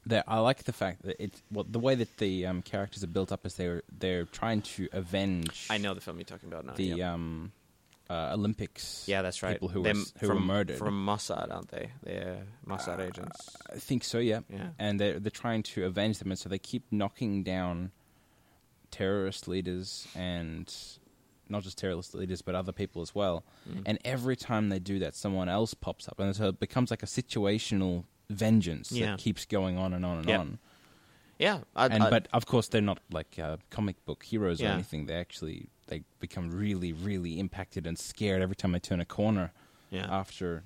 Speaker 2: There, I like the fact that it. Well, the way that the um, characters are built up is they're they're trying to avenge.
Speaker 1: I know the film you're talking about now.
Speaker 2: the
Speaker 1: yeah.
Speaker 2: um uh, Olympics.
Speaker 1: yeah, that's right.
Speaker 2: People who
Speaker 1: They're
Speaker 2: were,
Speaker 1: m-
Speaker 2: who
Speaker 1: from,
Speaker 2: were murdered.
Speaker 1: from Mossad, aren't they? They're Mossad agents.
Speaker 2: I think so, yeah.
Speaker 1: Yeah.
Speaker 2: And they're they're trying to avenge them, and so they keep knocking down terrorist leaders and not just terrorist leaders, but other people as well.
Speaker 1: Mm.
Speaker 2: And every time they do that, someone else pops up, and so it becomes like a situational vengeance
Speaker 1: Yeah.
Speaker 2: that keeps going on and on and
Speaker 1: Yep.
Speaker 2: on.
Speaker 1: Yeah, I,
Speaker 2: And
Speaker 1: I-
Speaker 2: but of course, they're not like uh, comic book heroes
Speaker 1: Yeah.
Speaker 2: or anything. They actually they become really, really impacted and scared every time they turn a corner
Speaker 1: yeah,
Speaker 2: after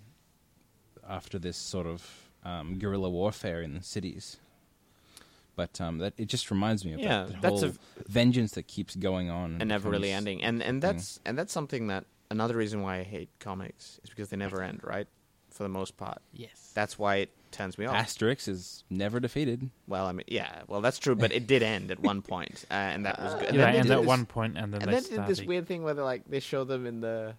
Speaker 2: after this sort of um, guerrilla warfare in the cities. But um, that it just reminds me of
Speaker 1: Yeah,
Speaker 2: that, that
Speaker 1: that's
Speaker 2: whole
Speaker 1: a-
Speaker 2: vengeance that keeps going on
Speaker 1: and never really
Speaker 2: becomes-
Speaker 1: ending. And
Speaker 2: Mm.
Speaker 1: and that's and that's something that another reason why I hate comics is because they never end, right? For the most part,
Speaker 4: Yes.
Speaker 1: that's why it turns me off.
Speaker 2: Asterix is never defeated.
Speaker 1: Well, I mean, yeah, well, that's true, but it did end at one point, uh, and that [laughs] was good.
Speaker 4: yeah,
Speaker 1: they
Speaker 4: and
Speaker 1: did
Speaker 4: at
Speaker 1: this-
Speaker 4: one point, and then
Speaker 1: and
Speaker 4: they
Speaker 1: then they did
Speaker 4: start
Speaker 1: this
Speaker 4: ag-
Speaker 1: weird thing where they like they show them in the,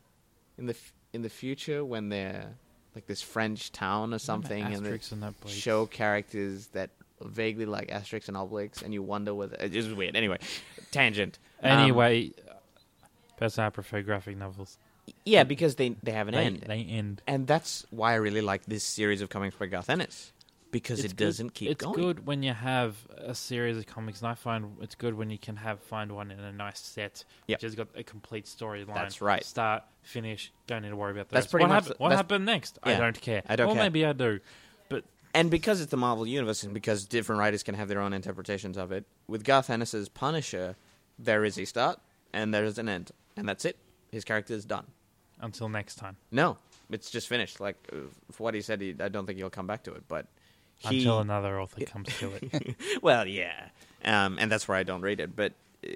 Speaker 1: in the f- in the future when they're like this French town or something, and they
Speaker 4: Asterix and Obelix.
Speaker 1: show characters that vaguely like Asterix and Obelix, and you wonder whether it was weird. Anyway, tangent. Um,
Speaker 4: Anyway, That's why I prefer graphic novels.
Speaker 1: Yeah, because they they have an
Speaker 4: they,
Speaker 1: end,
Speaker 4: They end.
Speaker 1: and that's why I really like this series of comics by Garth Ennis because
Speaker 4: It's
Speaker 1: it
Speaker 4: good-
Speaker 1: doesn't keep
Speaker 4: it's
Speaker 1: going.
Speaker 4: good when you have a series of comics, and I find it's good when you can have find one in a nice set,
Speaker 1: Yep.
Speaker 4: which has got a complete storyline.
Speaker 1: That's right.
Speaker 4: Start, finish. Don't need to worry about the
Speaker 1: That's
Speaker 4: rest.
Speaker 1: pretty
Speaker 4: what
Speaker 1: much
Speaker 4: Happened,
Speaker 1: the-
Speaker 4: what
Speaker 1: that's-
Speaker 4: happened next? I
Speaker 1: yeah,
Speaker 4: don't care.
Speaker 1: I don't
Speaker 4: or
Speaker 1: care.
Speaker 4: maybe I do, but
Speaker 1: And because it's the Marvel universe, and because different writers can have their own interpretations of it, with Garth Ennis's Punisher, there is a start and there is an end, and that's it. His character is done.
Speaker 4: until next time.
Speaker 1: No, it's just finished. Like uh, for what he said, he, I don't think he'll come back to it. But he,
Speaker 4: Until another author comes to
Speaker 1: [laughs]
Speaker 4: it.
Speaker 1: well, yeah, um, and that's why I don't read it. But uh,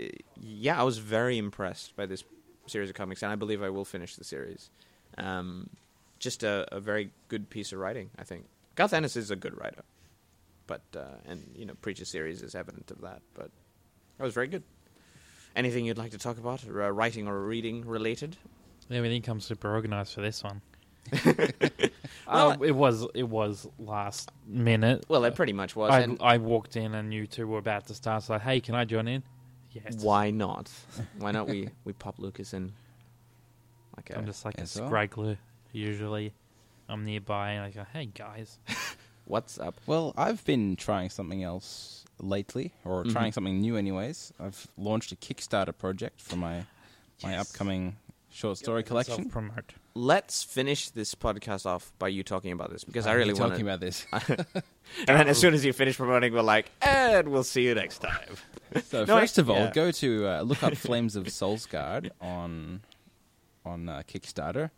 Speaker 1: yeah, I was very impressed by this series of comics, and I believe I will finish the series. Um, just a, a very good piece of writing, I think. Garth Ennis is a good writer, but uh, and you know, Preacher series is evident of that. But that was very good. Anything you'd like to talk about, or, uh, writing or reading related?
Speaker 4: Everything comes super organized for this
Speaker 1: [laughs]
Speaker 4: one.
Speaker 1: Well,
Speaker 4: oh, it was it was last minute.
Speaker 1: Well, it pretty much was.
Speaker 4: Uh, I,
Speaker 1: and
Speaker 4: I walked in and you two were about to start. So, hey, can I join in? Yes.
Speaker 1: why not? Why not we we pop Lucas in? Like a,
Speaker 4: [laughs] I'm just like
Speaker 2: Yes,
Speaker 4: a
Speaker 2: sir.
Speaker 4: scraggler. Usually, I'm nearby and I go, "Hey guys,
Speaker 1: what's up?
Speaker 2: Well, I've been trying something else lately, or
Speaker 1: Mm-hmm.
Speaker 2: trying something new, anyways. I've launched a Kickstarter project for my my upcoming short story collection.
Speaker 4: promote."
Speaker 1: let's finish this podcast off by you talking about this because I
Speaker 2: We're
Speaker 1: really want
Speaker 2: talking
Speaker 1: to.
Speaker 2: about this.
Speaker 1: And then as soon as you finish promoting, we're like, and we'll see you next time.
Speaker 2: So
Speaker 1: No, I-
Speaker 2: first of all,
Speaker 1: yeah.
Speaker 2: go to uh, look
Speaker 4: [laughs]
Speaker 2: up Flames of Solsgaard on on uh, Kickstarter.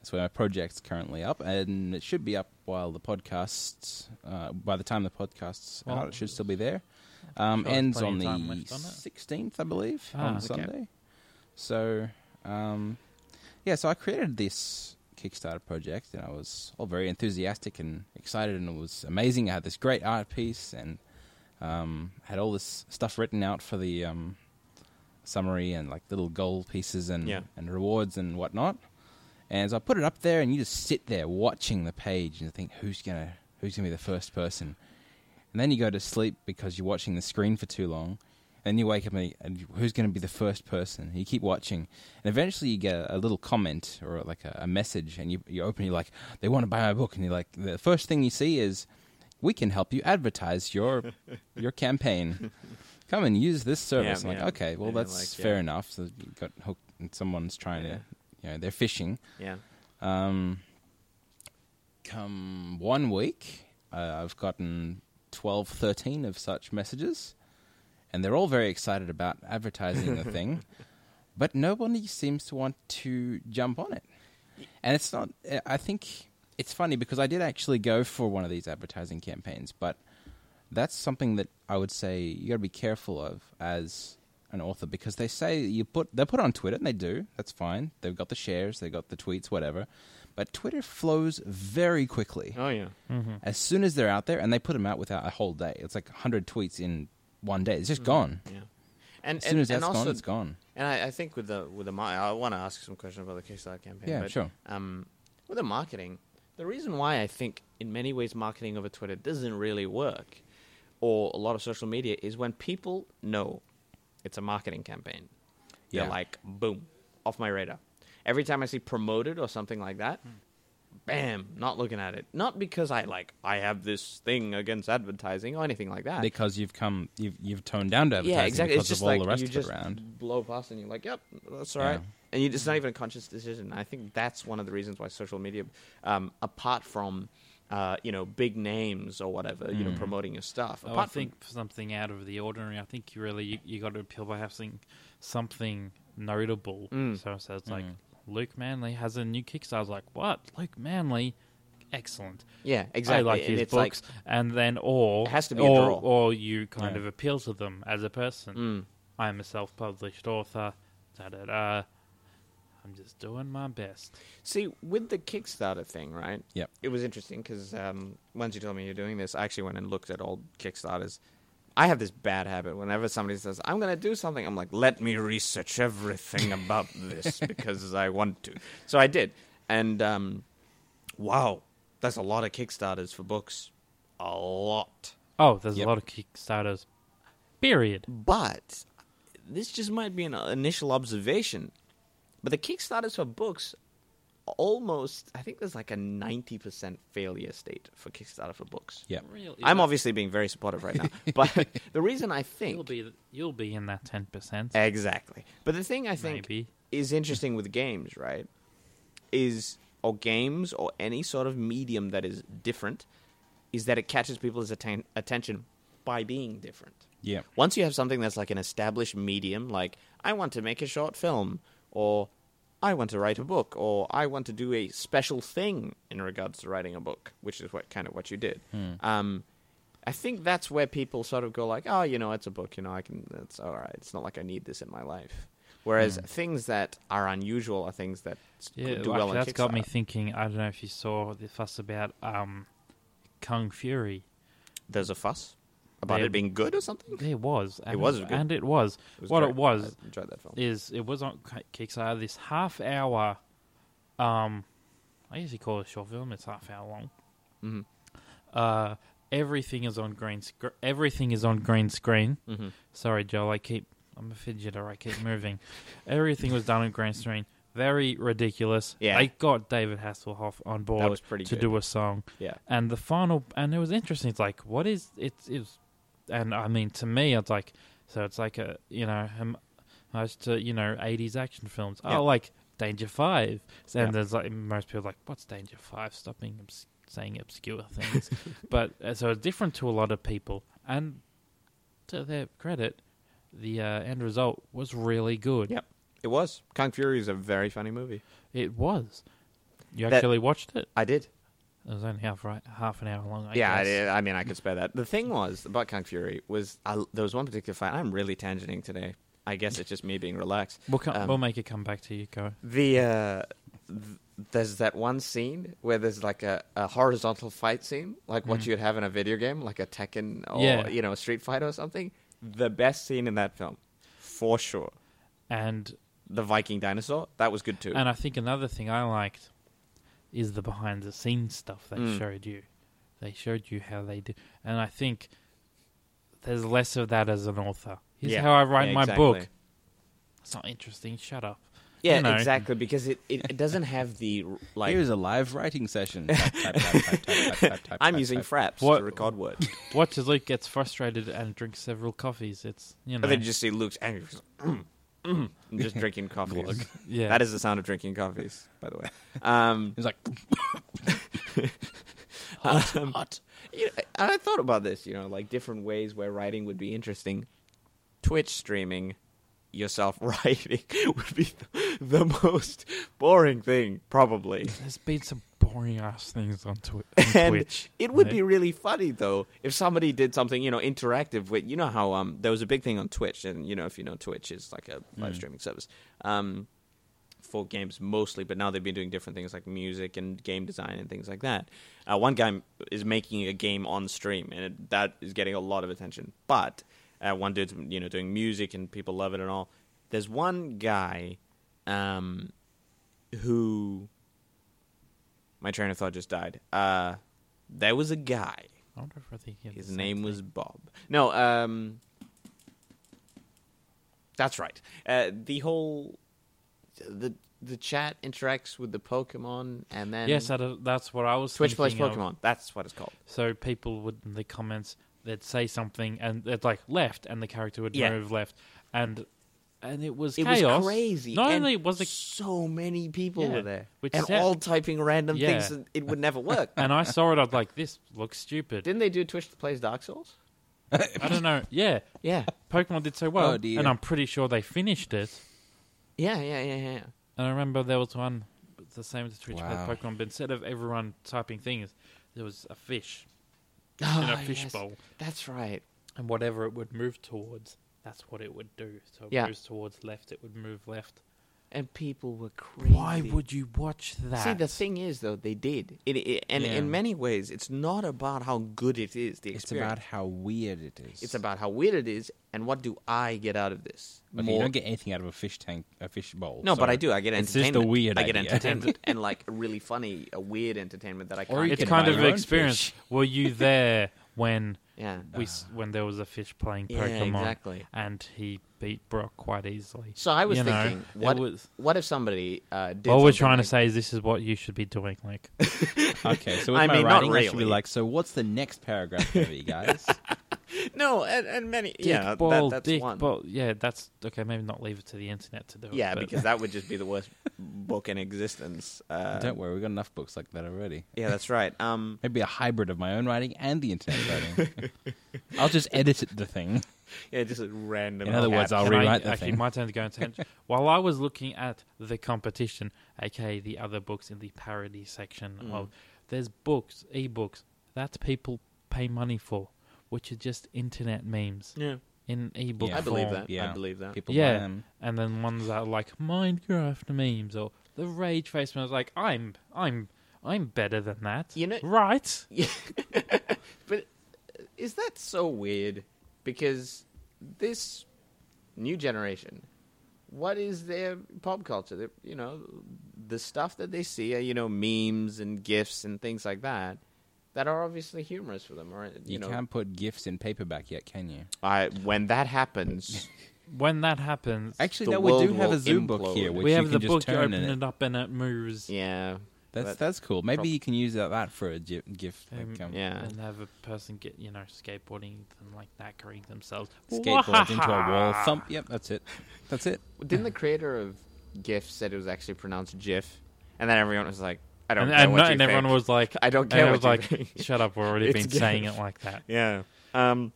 Speaker 2: That's where my project's currently up, and it should be up while the podcasts. Uh, by the time the podcast's
Speaker 4: Well,
Speaker 2: out, it should still be there. Um,
Speaker 4: sure there's
Speaker 2: ends
Speaker 4: plenty
Speaker 2: on
Speaker 4: of time
Speaker 2: the
Speaker 4: left on it.
Speaker 2: sixteenth, I believe,
Speaker 4: Ah,
Speaker 2: on
Speaker 4: okay.
Speaker 2: Sunday. So, um, yeah, so I created this Kickstarter project, and I was all very enthusiastic and excited, and it was amazing. I had this great art piece, and um, had all this stuff written out for the um, summary and like little goal pieces and
Speaker 1: Yeah.
Speaker 2: and rewards and whatnot. And so I put it up there, and you just sit there watching the page and think, who's gonna who's gonna be the first person? And then you go to sleep because you're watching the screen for too long. And you wake up and, and who's going to be the first person? You keep watching, and eventually you get a, a little comment or like a, a message, and you you open. You're like, they want to buy my book, and you're like, the first thing you see is, we can help you
Speaker 1: [laughs]
Speaker 2: advertise your your campaign. Come and use this service. I'm like,
Speaker 1: yeah.
Speaker 2: okay, well
Speaker 1: Yeah,
Speaker 2: that's
Speaker 1: like,
Speaker 2: fair
Speaker 1: yeah.
Speaker 2: enough. So you got hooked, and someone's trying
Speaker 1: Yeah.
Speaker 2: to, you know, they're fishing.
Speaker 1: Yeah.
Speaker 2: Um, come one week, uh, I've gotten 12, 13 of such messages, and they're all very excited about advertising the thing, but nobody seems to want to jump on it. And it's not, I- I think it's funny because I did actually go for one of these advertising campaigns, but that's something that I would say you got to be careful of as an author because they say you put they put on Twitter and they do that's fine they've got the shares they've got the tweets whatever but Twitter flows very quickly
Speaker 1: Oh yeah.
Speaker 2: as soon as they're out there and they put them out without a whole day it's like 100 tweets in one day it's just gone
Speaker 1: Yeah. And
Speaker 2: as soon
Speaker 1: and,
Speaker 2: as that's
Speaker 1: and also,
Speaker 2: gone it's gone
Speaker 1: And I, I think with the with the mar- I want to ask some questions about the Kickstarter campaign.
Speaker 2: Yeah,
Speaker 1: but,
Speaker 2: sure.
Speaker 1: Um, with the marketing, the reason why I think in many ways marketing over Twitter doesn't really work, or a lot of social media, is when people know it's a marketing campaign. They're
Speaker 2: Yeah.
Speaker 1: like, boom, off my radar. Every time I see promoted or something like that,
Speaker 2: Hmm.
Speaker 1: bam, not looking at it. Not because I like I have this thing against advertising or anything like that.
Speaker 2: because you've come you've you've toned down to advertising
Speaker 1: Yeah, exactly.
Speaker 2: because
Speaker 1: It's just
Speaker 2: of all
Speaker 1: like
Speaker 2: the rest
Speaker 1: you
Speaker 2: of
Speaker 1: just
Speaker 2: it around
Speaker 1: blow past and you're like, "Yep, that's all
Speaker 2: Yeah.
Speaker 1: right," and you, it's not even a conscious decision. I think that's one of the reasons why social media, um, apart from uh, you know big names or whatever, you
Speaker 2: Mm.
Speaker 1: know promoting your stuff.
Speaker 4: Oh,
Speaker 1: Apart
Speaker 4: I
Speaker 1: from-
Speaker 4: think for something out of the ordinary, I think you really you, you got to appeal by having something notable.
Speaker 1: Mm.
Speaker 4: So, so it's like Luke Manley has a new Kickstarter. I was like, what? Luke Manley, excellent.
Speaker 1: yeah, exactly.
Speaker 4: I like
Speaker 1: and
Speaker 4: his
Speaker 1: it's
Speaker 4: books, and then or
Speaker 1: It has to be a
Speaker 4: or,
Speaker 1: draw. Mm.
Speaker 4: or you kind
Speaker 2: Yeah.
Speaker 4: of appeal to them as a person. I am a self-published author. Da da da. I'm just doing my best.
Speaker 1: See, with the Kickstarter thing, right?
Speaker 2: Yep.
Speaker 1: It was interesting because um, once you told me you're doing this, I actually went and looked at old Kickstarters. I have this bad habit. Whenever somebody says, I'm going to do something, I'm like, let me research everything about this because I want to. So I did. And um, wow, that's a lot of Kickstarters for books. A lot.
Speaker 4: Oh, there's
Speaker 2: Yep.
Speaker 4: a lot of Kickstarters. Period.
Speaker 1: But this just might be an initial observation. But the Kickstarters for books almost I think there's like a 90% failure state for Kickstarter for books.
Speaker 2: Yeah.
Speaker 4: Real-
Speaker 1: I'm
Speaker 4: it'll-
Speaker 1: obviously being very supportive
Speaker 4: [laughs]
Speaker 1: right now, but the reason I think
Speaker 4: You'll be you'll be in that ten percent.
Speaker 1: Exactly. But the thing I think
Speaker 4: Maybe
Speaker 1: is interesting with games, right? Is or games or any sort of medium that is different is that it catches people's atten- attention by being different.
Speaker 2: Yeah.
Speaker 1: Once you have something that's like an established medium, like I want to make a short film or I want to write a book or I want to do a special thing in regards to writing a book, which is what kind of what you did.
Speaker 4: Hmm.
Speaker 1: Um, I think that's where people sort of go like, oh, you know, it's a book, you know, I can, it's all right. It's not like I need this in my life. Whereas things that are unusual are things that s-
Speaker 4: Hmm. Yeah,
Speaker 1: could do
Speaker 4: well,
Speaker 1: well on
Speaker 4: that's got me
Speaker 1: Kickstarter.
Speaker 4: thinking. I don't know if you saw the fuss about um, Kung Fury.
Speaker 1: There's a fuss about
Speaker 4: They-
Speaker 1: it being good or something.
Speaker 4: There was. And
Speaker 1: was good.
Speaker 4: and it was.
Speaker 1: It was
Speaker 4: what
Speaker 1: great.
Speaker 4: it was
Speaker 1: I enjoyed that film.
Speaker 4: is it was on K- Kickstarter. This half hour, um, I usually call it a short film. It's half hour long.
Speaker 1: Mhm.
Speaker 4: Uh, everything is on green. Sc- everything is on green screen.
Speaker 1: Mhm.
Speaker 4: Sorry, Joel. I keep. I'm a fidgeter. I keep moving. Everything was done on green screen. Very ridiculous.
Speaker 1: Yeah.
Speaker 4: They got David Hasselhoff on board
Speaker 1: That was pretty
Speaker 4: to
Speaker 1: good.
Speaker 4: do a song.
Speaker 1: Yeah.
Speaker 4: And the final, and it was interesting. It's like, what is it's it's, and I mean to me, it's like, so it's like a you know, him, much to you know, eighties action films.
Speaker 1: Yeah.
Speaker 4: Oh, like Danger Five, and
Speaker 1: Yeah.
Speaker 4: there's like most people are like, what's Danger Five? Stop being obs- saying obscure
Speaker 1: [laughs]
Speaker 4: things. but uh, so it's different to a lot of people, and to their credit, the uh, end result was really good.
Speaker 1: Yep. It was. Kung Fury is a very funny movie.
Speaker 4: It was. You
Speaker 1: That-
Speaker 4: actually watched it.
Speaker 1: I did.
Speaker 4: It was only half right, half an hour long. I
Speaker 1: yeah, I,
Speaker 4: guess.
Speaker 1: did. I mean, I could spare that. The thing was about Kung Fury was I, there was one particular fight. I'm really tangenting today. I guess it's just me being relaxed.
Speaker 4: We'll come,
Speaker 1: Um,
Speaker 4: we'll make it come back to you, go.
Speaker 1: The uh, th- there's that one scene where there's like a, a horizontal fight scene, like what you'd have in a video game, like a Tekken or
Speaker 4: Mm-hmm. Yeah.
Speaker 1: you know a Street Fighter or something. The best scene in that film, for sure.
Speaker 4: And
Speaker 1: The Viking dinosaur that was good too.
Speaker 4: and I think another thing I liked is the behind the scenes stuff they
Speaker 1: Mm.
Speaker 4: showed you. They showed you how they do, and I think there's less of that as an author. Here's
Speaker 1: Yeah.
Speaker 4: how I write
Speaker 1: Yeah,
Speaker 4: my
Speaker 1: exactly.
Speaker 4: book. It's not interesting. Shut up.
Speaker 1: Yeah,
Speaker 4: You know.
Speaker 1: exactly, because it, it, it doesn't have the like.
Speaker 2: Here is a live writing
Speaker 1: [laughs]
Speaker 2: session. Type, type, type, type, type, type, type,
Speaker 1: I'm
Speaker 2: type,
Speaker 1: using
Speaker 2: type.
Speaker 1: fraps
Speaker 4: What-
Speaker 1: to record words.
Speaker 4: Watch as Luke gets frustrated and drinks several coffees. It's you know,
Speaker 1: And then you just see Luke's angry, just, "Mm, mm," and just drinking coffees. [laughs]
Speaker 4: yeah.
Speaker 1: That is the sound of drinking coffees, by the way. Um, [laughs]
Speaker 2: It's like
Speaker 1: um, you know, and I thought about this, you know, like different ways where writing would be interesting. Twitch streaming yourself [laughs] writing would be the most boring thing, probably.
Speaker 4: There's been some boring ass things on, twi- on
Speaker 1: [laughs] And
Speaker 4: Twitch.
Speaker 1: it would
Speaker 4: Like,
Speaker 1: be really funny though if somebody did something you know interactive with you know how um there was a big thing on Twitch and you know if you know Twitch is like a live streaming service um for games mostly but now they've been doing different things like music and game design and things like that. Uh, one guy m- is making a game on stream and it, that is getting a lot of attention. But uh, one dude's you know doing music and people love it and all. There's one guy um who my train of thought just died. Uh, there was a guy.
Speaker 4: I wonder if I think he had
Speaker 1: His
Speaker 4: the same
Speaker 1: name
Speaker 4: thing.
Speaker 1: was Bob. No, um, that's right. Uh, the whole the the chat interacts with the Pokemon, and then
Speaker 4: yes. That, uh, that's what I was.
Speaker 1: Twitch plays
Speaker 4: thinking of.
Speaker 1: Pokemon. That's what it's called.
Speaker 4: So people would in the comments they'd say something and they'd like left and the character would
Speaker 1: Yeah.
Speaker 4: move left and and it was
Speaker 1: It
Speaker 4: chaos.
Speaker 1: was crazy.
Speaker 4: Not
Speaker 1: and
Speaker 4: only was it
Speaker 1: so many people
Speaker 4: Yeah,
Speaker 1: were there,
Speaker 4: which
Speaker 1: and
Speaker 4: said-
Speaker 1: all typing random
Speaker 4: Yeah.
Speaker 1: things, and it would never work.
Speaker 4: [laughs] and I saw it, I was like, This looks stupid.
Speaker 1: Didn't they do Twitch plays Dark Souls?
Speaker 4: I
Speaker 1: [laughs]
Speaker 4: don't know. Yeah.
Speaker 1: Yeah,
Speaker 4: Pokemon did so well
Speaker 2: Oh, dear.
Speaker 4: and I'm pretty sure they finished it.
Speaker 1: yeah, yeah, yeah, yeah.
Speaker 4: And I remember there was one the same as Twitch
Speaker 2: Wow.
Speaker 4: played Pokemon, but instead of everyone typing things, there was a fish in
Speaker 1: Ah,
Speaker 4: a
Speaker 1: yes.
Speaker 4: fishbowl.
Speaker 1: That's right.
Speaker 4: and whatever it would move towards, that's what it would do. So it
Speaker 1: Yeah.
Speaker 4: moves towards left, it would move left.
Speaker 1: And people were crazy.
Speaker 4: Why would you watch that?
Speaker 1: See, the thing is, though, they did. It, it, and
Speaker 4: Yeah.
Speaker 1: in many ways, it's not about how good it is. The
Speaker 2: it's
Speaker 1: experience.
Speaker 2: about how weird it is.
Speaker 1: it's about how weird it is, and what do I get out of this?
Speaker 2: Okay, you don't get anything out of a fish tank, a fish bowl.
Speaker 1: no, but
Speaker 2: so
Speaker 1: I do. I get
Speaker 2: it's
Speaker 1: entertainment.
Speaker 2: Just a weird
Speaker 1: I get
Speaker 2: idea. [laughs]
Speaker 1: entertainment and like really funny, a weird entertainment that I can't.
Speaker 2: you
Speaker 4: it's
Speaker 1: get
Speaker 2: can
Speaker 4: kind
Speaker 1: by
Speaker 2: buy
Speaker 4: of
Speaker 1: my
Speaker 4: an
Speaker 2: your own
Speaker 1: own-
Speaker 4: experience.
Speaker 1: [laughs]
Speaker 2: fish.
Speaker 4: Were you there? when
Speaker 1: Yeah.
Speaker 4: we s when there was a fish playing
Speaker 1: Yeah,
Speaker 4: Pokemon,
Speaker 1: exactly.
Speaker 4: and he beat Brock quite easily.
Speaker 1: So I was
Speaker 4: You know,
Speaker 1: thinking,
Speaker 4: it
Speaker 1: what
Speaker 4: was-
Speaker 1: what if somebody uh, did?
Speaker 4: what we're
Speaker 1: something
Speaker 4: trying
Speaker 1: like-
Speaker 4: to say is this is what you should be doing, like
Speaker 2: [laughs] Okay,
Speaker 1: [laughs]
Speaker 2: so with
Speaker 1: I
Speaker 2: my
Speaker 1: mean, not
Speaker 2: writing, I should be
Speaker 1: really.
Speaker 2: like, so what's the next paragraph going
Speaker 1: [laughs]
Speaker 2: to be, guys?
Speaker 1: No, and, and many. yeah, that-
Speaker 4: ball,
Speaker 1: that's
Speaker 4: dick
Speaker 1: one.
Speaker 4: ball. Yeah, that's okay. Maybe not leave it to the internet to do it.
Speaker 1: Yeah,
Speaker 4: but-
Speaker 1: because that would just be the worst book in
Speaker 2: [laughs]
Speaker 1: existence. Uh,
Speaker 2: Don't worry, we've got enough books like that already.
Speaker 1: yeah, that's right. Um,
Speaker 2: Maybe a hybrid of my own writing and the internet
Speaker 1: [laughs]
Speaker 2: writing. I'll just edit it, the thing.
Speaker 1: yeah, just a random.
Speaker 2: In other words,
Speaker 1: caps.
Speaker 2: I'll
Speaker 4: Can
Speaker 2: rewrite the
Speaker 4: okay,
Speaker 2: thing.
Speaker 4: my turn to go
Speaker 2: [laughs]
Speaker 4: into tangent. While I was looking at the competition, aka the other books in the parody section
Speaker 2: Hmm.
Speaker 4: of, there's books, e-books that people pay money for, which are just internet memes
Speaker 1: Yeah,
Speaker 4: in e-book
Speaker 2: Yeah.
Speaker 1: I believe
Speaker 4: form.
Speaker 1: that.
Speaker 2: Yeah.
Speaker 1: I believe that.
Speaker 2: People
Speaker 4: yeah,
Speaker 2: buy them.
Speaker 4: and then ones that are like Minecraft memes or the rage face. memes. like, I'm, I'm, I'm better than that.
Speaker 1: You know-
Speaker 4: right?
Speaker 1: But uh, is that so weird? Because this new generation, what is their pop culture? Their- you know, the stuff that they see are you know memes and gifs and things like that that are obviously humorous for them. Or you,
Speaker 2: You,
Speaker 1: know,
Speaker 2: can't put gifts in paperback yet, can you?
Speaker 1: I, when that
Speaker 2: [laughs]
Speaker 1: happens,
Speaker 4: When that happens,
Speaker 2: Actually,
Speaker 1: The
Speaker 2: no, we do
Speaker 1: world
Speaker 2: have a
Speaker 1: will
Speaker 2: zoo book
Speaker 1: implode.
Speaker 2: here, which
Speaker 4: we
Speaker 2: you
Speaker 4: have
Speaker 2: can
Speaker 4: the
Speaker 2: just
Speaker 4: book. You
Speaker 2: turn
Speaker 4: open
Speaker 2: in it.
Speaker 4: it up, and it moves.
Speaker 1: yeah,
Speaker 2: That's
Speaker 1: but-
Speaker 2: that's cool. Maybe
Speaker 1: prob-
Speaker 2: you can use that, that for a gi- gift.
Speaker 4: Um,
Speaker 2: like, um,
Speaker 1: yeah.
Speaker 4: and have a person get you know skateboarding and like knackering themselves.
Speaker 2: Skateboards into a wall. Thump. Yep, that's it. That's it.
Speaker 1: Didn't the creator of GIF said it was actually pronounced GIF, and then everyone was like, "I don't
Speaker 4: And,
Speaker 1: know
Speaker 4: and,
Speaker 1: what
Speaker 4: no-
Speaker 1: you
Speaker 4: and everyone
Speaker 1: think.
Speaker 4: was like,
Speaker 1: I don't
Speaker 4: and
Speaker 1: care
Speaker 4: it
Speaker 1: what
Speaker 4: was
Speaker 1: you
Speaker 4: like,
Speaker 1: think.
Speaker 4: shut up! We've already
Speaker 1: It's
Speaker 4: been
Speaker 1: good.
Speaker 4: saying it like that.
Speaker 1: [laughs] Yeah. Um,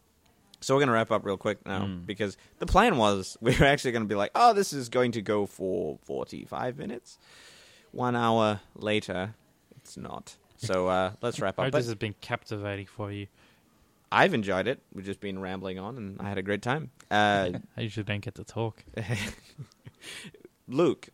Speaker 1: so we're going to wrap up real quick now
Speaker 2: Mm.
Speaker 1: because the plan was [laughs] we were actually going to be like, oh, this is going to go for 45 minutes. One hour later, it's not. So
Speaker 2: [laughs]
Speaker 1: uh, let's wrap
Speaker 4: I
Speaker 1: up.
Speaker 4: hope this
Speaker 1: But
Speaker 4: has been captivating
Speaker 1: [laughs]
Speaker 4: for you.
Speaker 1: I've enjoyed it. We've just been rambling on and I had a great time. Uh,
Speaker 2: [laughs]
Speaker 4: I usually don't get to talk.
Speaker 1: Luke,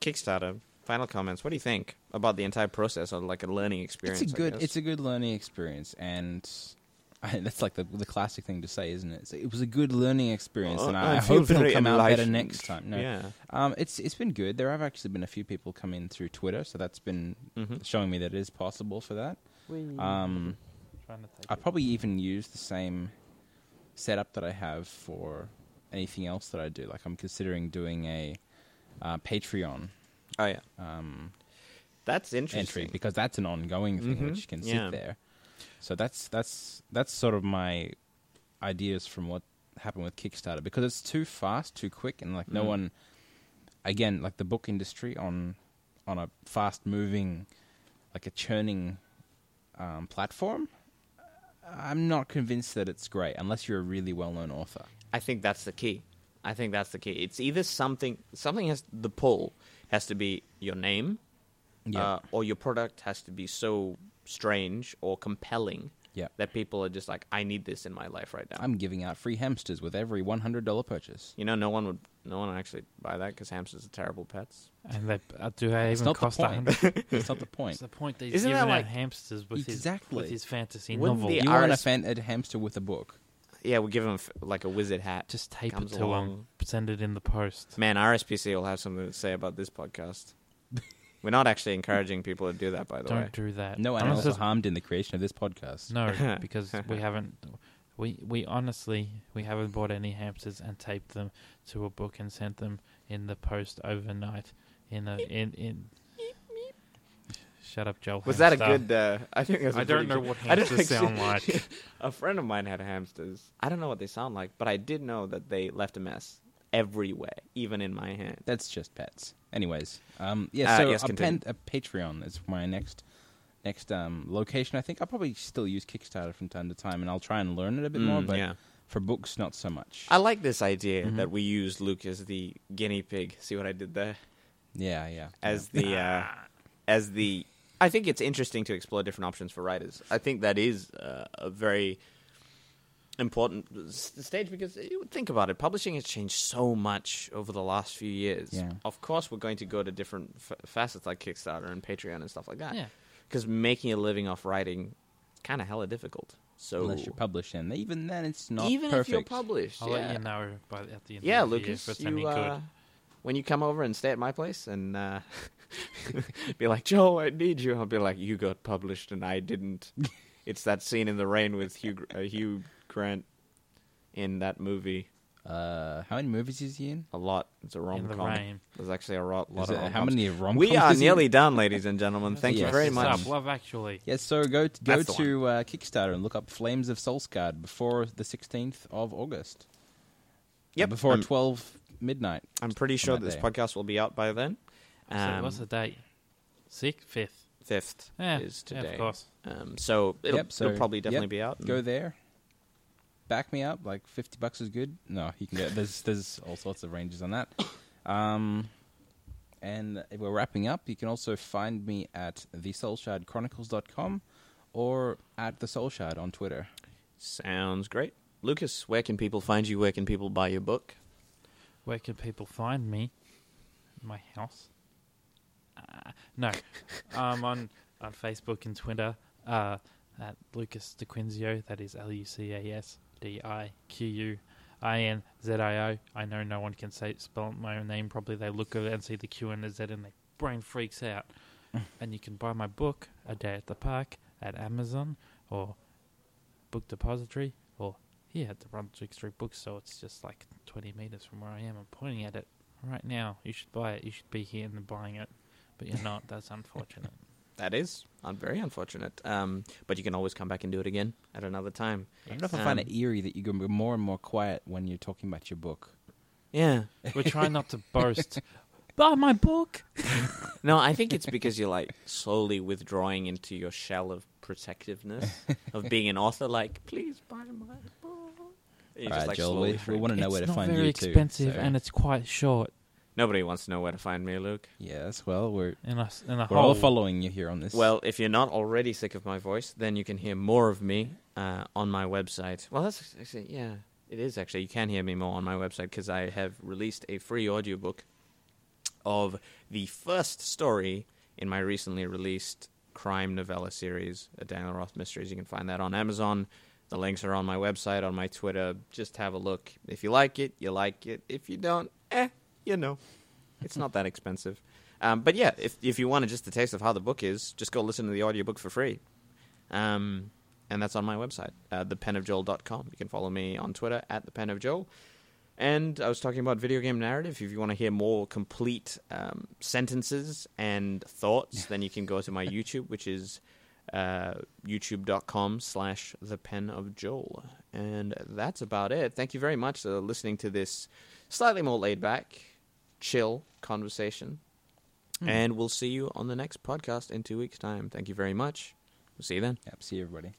Speaker 1: Kickstarter, final comments. What do you think about the entire process or like a learning experience?
Speaker 2: It's a good.
Speaker 1: I guess?
Speaker 2: It's a good learning experience, and [laughs] I, that's like the the classic thing to say, isn't it? It's- It was a good learning experience, and I, I
Speaker 1: feel
Speaker 2: hope it'll
Speaker 1: Oh, very
Speaker 2: come out better
Speaker 1: enlightened.
Speaker 2: next time. No,
Speaker 1: Yeah.
Speaker 2: um, it's it's been good. There have actually been a few people come in through Twitter, so that's been
Speaker 1: Mhm.
Speaker 2: showing me that it is possible for that. Um,
Speaker 4: Trying to take
Speaker 2: I
Speaker 4: it.
Speaker 2: probably even use the same setup that I have for anything else that I do. Like I'm considering doing a uh, Patreon
Speaker 1: Oh, yeah.
Speaker 2: um,
Speaker 1: That's interesting.
Speaker 2: entry because that's an ongoing thing
Speaker 1: Mhm.
Speaker 2: which can sit
Speaker 1: Yeah.
Speaker 2: there. So that's that's that's sort of my ideas from what happened with Kickstarter because it's too fast, too quick, and like no one. Again, like the book industry on on a fast moving, like a churning um, platform. uh, I'm not convinced that it's great unless you're a really well known author.
Speaker 1: I think that's the key. I think that's the key. It's either something something has the pull has to be your name,
Speaker 2: Yeah.
Speaker 1: uh, or your product has to be so strange or compelling
Speaker 2: Yeah.
Speaker 1: that people are just like, I need this in my life right now.
Speaker 2: I'm giving out free hamsters with every $100 purchase.
Speaker 1: you know, no one would, no one would actually buy that because hamsters are terrible pets.
Speaker 4: and they uh, do they
Speaker 2: It's
Speaker 4: even
Speaker 2: not the
Speaker 4: cost a
Speaker 2: point.
Speaker 4: hundred?
Speaker 2: It's not the point.
Speaker 4: [laughs] What's the point? They're
Speaker 1: Isn't
Speaker 4: giving
Speaker 1: that like-
Speaker 4: out hamsters with his
Speaker 2: Exactly.
Speaker 4: with his fantasy
Speaker 1: Wouldn't
Speaker 4: novel.
Speaker 1: the-
Speaker 2: you want a,
Speaker 1: RS
Speaker 2: fan- a hamster with a book.
Speaker 1: Yeah, we give them like a wizard hat.
Speaker 4: Just tape it
Speaker 1: Comes
Speaker 4: to him.
Speaker 1: along.
Speaker 4: Send it in the post.
Speaker 1: Man, RSPCA will have something to say about this podcast. We're not actually encouraging people to do that, by the
Speaker 4: Don't
Speaker 1: way.
Speaker 4: do that.
Speaker 2: No
Speaker 4: Unless
Speaker 2: animals
Speaker 4: it's
Speaker 2: are harmed in the creation of this
Speaker 1: [laughs]
Speaker 2: podcast.
Speaker 4: No, because we haven't. We we honestly we haven't bought any hamsters and taped them to a book and sent them in the post overnight. In a in in. Shut up, Joel.
Speaker 1: Was that a
Speaker 4: hamster.
Speaker 1: good? Uh, I think that's a
Speaker 4: I don't
Speaker 1: pretty
Speaker 4: know
Speaker 1: good-
Speaker 4: what
Speaker 1: [laughs] I don't
Speaker 4: hamsters sound
Speaker 1: actually-
Speaker 4: like.
Speaker 1: [laughs] a friend of mine had hamsters. I don't know what they sound like, but I did know that they left a mess everywhere, even in my hand.
Speaker 2: That's just pets. Anyways, um, yeah.
Speaker 1: Uh,
Speaker 2: So
Speaker 1: yes,
Speaker 2: a,
Speaker 1: continue.
Speaker 2: pen- a Patreon is my next next um, location. I think I'll probably still use Kickstarter from time to time, and I'll try and learn it a bit more.
Speaker 1: Mm,
Speaker 2: But
Speaker 1: yeah. Uh,
Speaker 2: for books, not so much.
Speaker 1: I like this idea
Speaker 4: Mm-hmm.
Speaker 1: that we used Luke as the guinea pig. See what I did there?
Speaker 2: yeah, yeah.
Speaker 1: As the,
Speaker 2: [laughs]
Speaker 1: uh, as the. I think it's interesting to explore different options for writers. I think that is uh, a very important s- stage because eh, think about it publishing has changed so much over the last few years
Speaker 2: Yeah.
Speaker 1: of course we're going to go to different f- facets like kickstarter and patreon and stuff like that
Speaker 4: Yeah.
Speaker 1: because making a living off writing it's kind of hella difficult so
Speaker 2: unless you're published, and even then, it's not
Speaker 1: even
Speaker 2: perfect.
Speaker 1: if you're published
Speaker 4: I'll
Speaker 1: yeah,
Speaker 4: let you know by the, at the end.
Speaker 1: yeah
Speaker 4: of the year
Speaker 1: lucas
Speaker 4: if it's any
Speaker 1: you, uh,
Speaker 4: good.
Speaker 1: when you come over and stay at my place and uh, [laughs]
Speaker 4: [laughs]
Speaker 1: be like joe i need you i'll be like you got published and i didn't It's that scene in the rain with Hugh Gr- uh, Hugh Grant in that movie.
Speaker 2: Uh, how many movies is he in?
Speaker 1: A lot. It's a rom
Speaker 4: the
Speaker 1: com.
Speaker 4: rain.
Speaker 1: There's actually a ro- lot
Speaker 2: Is
Speaker 1: of
Speaker 2: it- how
Speaker 1: rom-coms.
Speaker 2: many rom?
Speaker 1: We are nearly done, ladies and gentlemen. Thank you
Speaker 2: Yes.
Speaker 1: very
Speaker 4: Let's
Speaker 1: much.
Speaker 4: Up. Love Actually.
Speaker 2: Yes, so go to, go
Speaker 1: That's the
Speaker 2: to uh, Kickstarter and look up Flames of Solskjaer before the 16th of August.
Speaker 1: Yep,
Speaker 2: Before
Speaker 1: I'm-
Speaker 2: 12 midnight.
Speaker 1: I'm pretty sure
Speaker 2: that
Speaker 1: this
Speaker 2: day.
Speaker 1: podcast will be out by then.
Speaker 4: so
Speaker 1: Um,
Speaker 4: what's the date? Sixth, fifth.
Speaker 1: fifth
Speaker 4: Yeah,
Speaker 1: is
Speaker 4: yeah,
Speaker 1: today.
Speaker 4: of course.
Speaker 1: Um, so, it'll,
Speaker 2: Yep, so-
Speaker 1: it'll probably
Speaker 2: yep,
Speaker 1: definitely be out.
Speaker 2: Go there. Back me up. Like 50 bucks is good. No, you can get there's there's all sorts of ranges on that. Um and if we're wrapping up. You can also find me at thesoulshardchronicles.com or at the Soulshard on Twitter.
Speaker 1: Sounds great. Lucas, where can people find you? Where can people buy your book?
Speaker 4: Where can people find me? My house? Uh, no, I'm on on Facebook and Twitter uh, at Lucas DiQuinzio. That is L U C A S D I Q U I N Z I O. I know no one can say spell my own name properly. They look at it and see the Q and the Z, and their brain freaks out. and you can buy my book A Day at the Park at Amazon or Book Depository or here at the Brunswick Street Bookstore. It's just like 20 meters from where I am. I'm pointing at it right now. You should buy it. You should be here and buying it, but you're not.
Speaker 2: [laughs]
Speaker 4: That's unfortunate.
Speaker 1: That is un- very unfortunate. Um, but you can always come back and do it again at another time.
Speaker 2: I don't know if I
Speaker 1: Um,
Speaker 2: find it eerie that you go more and more quiet when you're talking about your book.
Speaker 1: Yeah.
Speaker 4: We're trying not to boast. Buy my book.
Speaker 1: No, I think it's because you're like slowly withdrawing into your shell of protectiveness of being an author. Like, please buy my book. You're
Speaker 2: All right, Joel,
Speaker 1: slowly
Speaker 2: we, we
Speaker 1: shrinking.
Speaker 2: want to know
Speaker 4: it's
Speaker 2: where to
Speaker 4: not
Speaker 2: find
Speaker 4: very
Speaker 2: you too.
Speaker 4: expensive
Speaker 2: so-
Speaker 4: and it's quite short.
Speaker 1: Nobody wants to know where to find me, Luke.
Speaker 2: yes, well, we're
Speaker 4: And a, s- and a
Speaker 2: we're all
Speaker 4: whole
Speaker 2: following you here on this.
Speaker 1: Well, if you're not already sick of my voice, then you can hear more of me uh, on my website. Well, that's actually, yeah, it is actually. You can hear me more on my website because I have released a free audiobook of the first story in my recently released crime novella series, uh, Daniel Roth Mysteries. You can find that on Amazon. The links are on my website, on my Twitter. Just have a look. If you like it, you like it. If you don't, eh, you know. It's not that expensive. Um, but yeah, if, if you wanted just a taste of how the book is, just go listen to the audiobook for free. Um, and that's on my website, uh, thepenofjoel.com. You can follow me on Twitter at thepenofjoel. And I was talking about video game narrative. If you want to hear more complete um, sentences and thoughts, then you can go to my YouTube, which is uh, youtube.com slash the pen of Joel. And that's about it. Thank you very much for listening to this slightly more laid back, chill conversation. And we'll see you on the next podcast in two weeks' time. Thank you very much. We'll see you then.
Speaker 2: yep, see you, everybody.